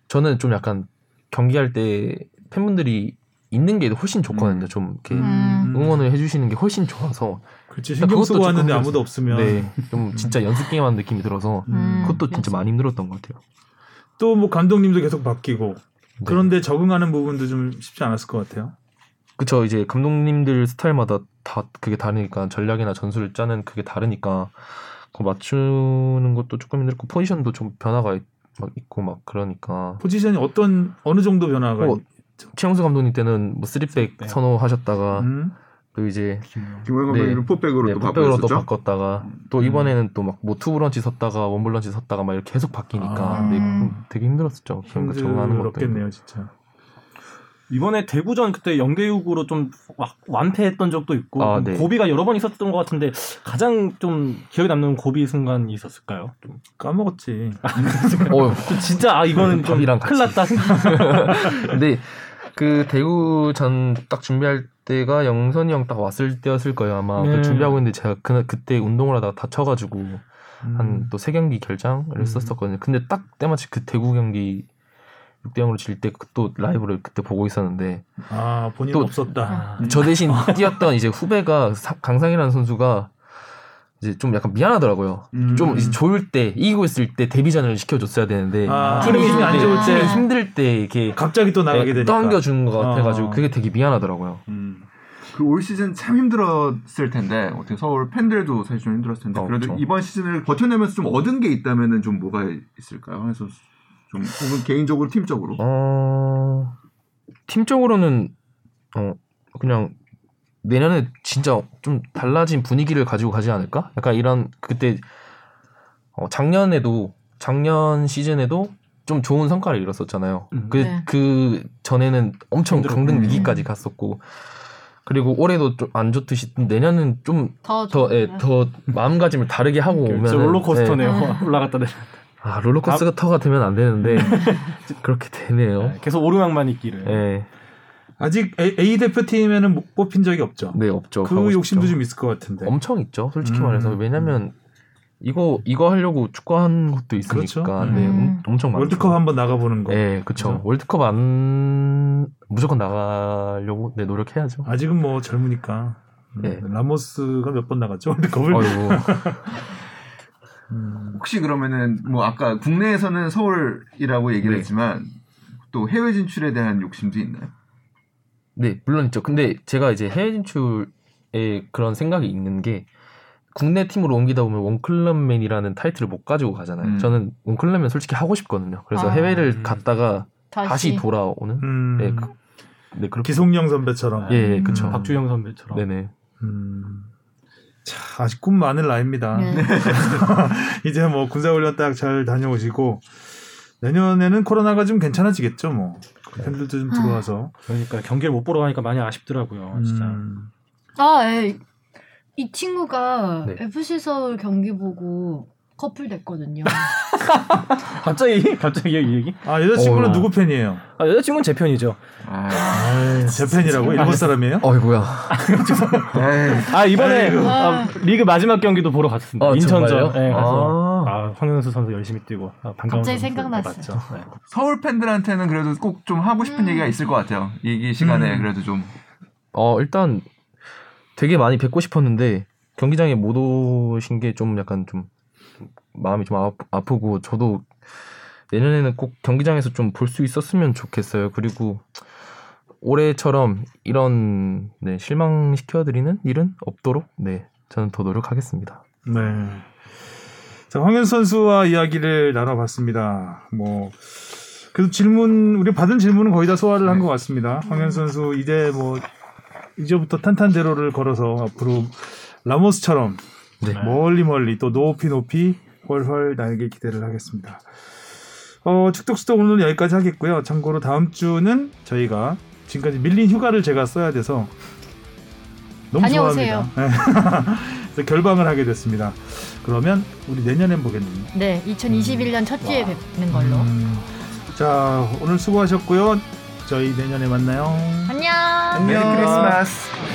Speaker 5: 저는 좀 약간 경기할 때 팬분들이 있는 게 훨씬 좋거든요. 좀 이렇게
Speaker 1: 음.
Speaker 5: 응원을 해주시는 게 훨씬 좋아서
Speaker 2: 그렇지. 신경 쓰고
Speaker 5: 그것도
Speaker 2: 왔는데
Speaker 5: 조금
Speaker 2: 아무도 없으면
Speaker 5: 네, 좀 진짜 연습 게임하는 느낌이 들어서
Speaker 1: 음,
Speaker 5: 그것도 진짜 많이 힘들었던 것 같아요.
Speaker 2: 또 뭐 감독님도 계속 바뀌고
Speaker 5: 네.
Speaker 2: 그런데 적응하는 부분도 좀 쉽지 않았을 것 같아요.
Speaker 5: 그쵸 이제 감독님들 스타일마다 다 그게 다르니까 전략이나 전술을 짜는 그게 다르니까 그 맞추는 것도 조금 힘들고 포지션도 좀 변화가 있- 막 있고 막 그러니까
Speaker 2: 포지션이 어떤 어느 정도 변화가
Speaker 5: 뭐, 최영수 감독님 때는 뭐 쓰리백
Speaker 2: 쓰리백.
Speaker 5: 선호하셨다가
Speaker 2: 음?
Speaker 5: 또 이제
Speaker 4: 김학범 감독님은
Speaker 5: 네.
Speaker 4: 포백으로
Speaker 5: 네,
Speaker 4: 또
Speaker 5: 포백으로 또
Speaker 4: 바꾸셨죠.
Speaker 5: 바꿨다가 또 이번에는 또 막 뭐 투브런치 섰다가 원블런치 섰다가 막 이렇게 계속 바뀌니까
Speaker 2: 아.
Speaker 5: 네, 음, 되게 힘들었었죠. 그러니까 적응하는 것도
Speaker 2: 힘들었겠네요, 진짜.
Speaker 3: 이번에 대구전 그때 연계육으로 좀 와- 완패했던 적도 있고
Speaker 5: 아,
Speaker 3: 좀
Speaker 5: 네.
Speaker 3: 고비가 여러 번 있었던 것 같은데 가장 좀 기억에 남는 고비 순간이 있었을까요? 좀
Speaker 2: 까먹었지.
Speaker 5: 어휴.
Speaker 3: 진짜 아 이거는 좀
Speaker 5: 밥이랑
Speaker 3: 큰일
Speaker 5: 음, 같이.
Speaker 3: 났다 생각-
Speaker 5: 근데 그 대구 전 딱 준비할 때가 영선이 형 딱 왔을 때였을 거예요 아마
Speaker 3: 네.
Speaker 5: 그 준비하고 있는데 제가 그날 그때 운동을 하다가 다쳐가지고 한
Speaker 2: 음.
Speaker 5: 또 세 경기 결장을 썼었거든요 근데 딱 때마침 그 대구 경기 6대 0으로 질 때그 또 라이브를 그때 보고 있었는데
Speaker 2: 아, 본인
Speaker 5: 또-
Speaker 2: 없었다.
Speaker 5: 저 대신 뛰었던 이제 후배가 사- 강상이라는 선수가 이제 좀 약간 미안하더라고요
Speaker 4: 음.
Speaker 5: 좀 이제 좋을 때 이기고 있을 때 데뷔전을 시켜줬어야 되는데
Speaker 2: 아,
Speaker 5: 팀이
Speaker 2: 팀이 안
Speaker 5: 힘들-
Speaker 2: 좋을 때
Speaker 5: 팀이 힘들 때 이렇게
Speaker 2: 갑자기 또 나가게 되니까.
Speaker 5: 떠안겨준 네, 것 같아가지고
Speaker 2: 아.
Speaker 3: 어.
Speaker 5: 그게 되게 미안하더라고요.
Speaker 4: 그 올 시즌 참 힘들었을 텐데 어떻게 서울 팬들도 사실 좀 힘들었을 텐데
Speaker 5: 어,
Speaker 4: 그래도
Speaker 5: 그렇죠.
Speaker 4: 이번 시즌을 버텨내면서 좀 얻은 게 있다면은 좀 뭐가 있을까요? 그래서 좀 혹은 개인적으로 팀적으로
Speaker 5: 어 팀적으로는 어 그냥 내년에 진짜 좀 달라진 분위기를 가지고 가지 않을까? 약간 이런 그때 어, 작년에도 작년 시즌에도 좀 좋은 성과를 이뤘었잖아요.
Speaker 3: 음.
Speaker 5: 그 그
Speaker 1: 네.
Speaker 5: 전에는 엄청 강등 위기까지 갔었고 그리고 올해도 좀 안 좋듯이 내년은
Speaker 1: 더
Speaker 5: 좀 더 예, 더 마음가짐을 다르게 하고 오면
Speaker 3: 진짜 그렇죠. 롤러코스터네요. 올라갔다 내려.
Speaker 5: 아 아, 롤러코스터가 되면 안 되는데 그렇게 되네요.
Speaker 3: 계속 오르막만 있기를.
Speaker 5: 예.
Speaker 2: 아직 A, A 대표팀에는 못 뽑힌 적이 없죠.
Speaker 5: 네 없죠.
Speaker 2: 그
Speaker 5: 가고
Speaker 2: 욕심도
Speaker 5: 싶죠.
Speaker 2: 좀 있을 것 같은데.
Speaker 5: 엄청 있죠. 솔직히
Speaker 2: 음.
Speaker 5: 말해서 왜냐면 이거 이거 하려고 축구한 것도
Speaker 2: 그렇죠.
Speaker 5: 있으니까 네,
Speaker 1: 음.
Speaker 5: 엄- 엄청 많죠.
Speaker 2: 월드컵 한번 나가보는 거.
Speaker 5: 예, 그쵸
Speaker 2: 그죠?
Speaker 5: 월드컵 안 무조건 나가려고 네 노력해야죠.
Speaker 2: 아직은 뭐 젊으니까. 음,
Speaker 5: 네. 어,
Speaker 2: 라모스가 몇 번 나갔죠 월드컵을.
Speaker 5: 아이고
Speaker 2: 음,
Speaker 4: 혹시 그러면은 뭐 아까 국내에서는 서울이라고 얘기를
Speaker 5: 네.
Speaker 4: 했지만 또 해외 진출에 대한 욕심도 있나요?
Speaker 5: 네, 물론 있죠. 근데 제가 이제 해외 진출에 그런 생각이 있는 게 국내 팀으로 옮기다 보면 원클럽맨이라는 타이틀을 못 가지고 가잖아요.
Speaker 4: 음.
Speaker 5: 저는 원클럽맨 솔직히 하고 싶거든요. 그래서
Speaker 1: 아.
Speaker 5: 해외를 갔다가
Speaker 1: 다시.
Speaker 5: 다시 돌아오는.
Speaker 2: 음,
Speaker 5: 네, 그, 네 그렇게.
Speaker 2: 기송령 선배처럼.
Speaker 5: 예, 예, 그쵸.
Speaker 2: 음.
Speaker 3: 박주영 선배처럼.
Speaker 5: 네네.
Speaker 2: 음. 자, 아직 꿈 많은 나이입니다.
Speaker 1: 네.
Speaker 2: 이제 뭐 군사훈련 딱 잘 다녀오시고 내년에는 코로나가 좀 괜찮아지겠죠, 뭐.
Speaker 3: 네.
Speaker 2: 팬들도 좀 들어와서.
Speaker 3: 그러니까 경기를 못 보러 가니까 많이 아쉽더라고요. 어, 진짜.
Speaker 2: 음.
Speaker 9: 아, 예. 이 친구가
Speaker 5: 네.
Speaker 9: FC 서울 경기 보고 커플 됐거든요.
Speaker 3: 갑자기 갑자기 이 얘기?
Speaker 2: 아, 여자친구는
Speaker 5: 어.
Speaker 2: 누구 팬이에요?
Speaker 3: 아, 여자친구는 제 편이죠. 네,
Speaker 2: 아, 제 팬이라고? 일본 사람이에요?
Speaker 5: 어이구야.
Speaker 3: 아 이번에
Speaker 2: 아이고.
Speaker 3: 아, 리그 마지막 경기도 보러 갔습니다.
Speaker 5: 아,
Speaker 3: 인천전.
Speaker 5: 정말요?
Speaker 3: 예, 가서
Speaker 5: 아.
Speaker 3: 아, 황현수 선수 열심히 뛰고 아, 반가운
Speaker 9: 갑자기
Speaker 3: 선수
Speaker 9: 생각났어요.
Speaker 3: 맞죠. 네.
Speaker 4: 서울 팬들한테는 그래도 꼭 좀 하고 싶은 얘기가 있을 것 같아요. 이, 이 시간에
Speaker 9: 음.
Speaker 4: 그래도 좀
Speaker 5: 어, 일단 되게 많이 뵙고 싶었는데 경기장에 못 오신 게 좀 약간 좀 마음이 좀 아, 아프고 저도 내년에는 꼭 경기장에서 좀 볼 수 있었으면 좋겠어요. 그리고 올해처럼 이런 네, 실망시켜드리는 일은 없도록 네 저는 더 노력하겠습니다.
Speaker 2: 네. 자, 황현 선수와 이야기를 나눠봤습니다. 뭐, 그래도 질문, 우리 받은 질문은 거의 다 소화를 한 것 같습니다. 황현 선수, 이제 뭐, 이제부터 탄탄대로를 걸어서 앞으로 라모스처럼
Speaker 5: 네.
Speaker 2: 멀리 멀리 또 높이 높이 훨훨 날개 기대를 하겠습니다. 어, 축덕수덕 오늘 여기까지 하겠고요. 참고로 다음 주는 저희가 지금까지 밀린 휴가를 제가 써야 돼서 너무
Speaker 9: 다녀오세요.
Speaker 2: 좋아합니다. 네. 그래서 결방을 하게 됐습니다. 그러면 우리 내년엔 보겠네요.
Speaker 9: 네, 2021년 첫 주에 뵙는 걸로.
Speaker 2: 음, 자, 오늘 수고하셨고요. 저희 내년에 만나요.
Speaker 9: 안녕.
Speaker 4: 메리 크리스마스.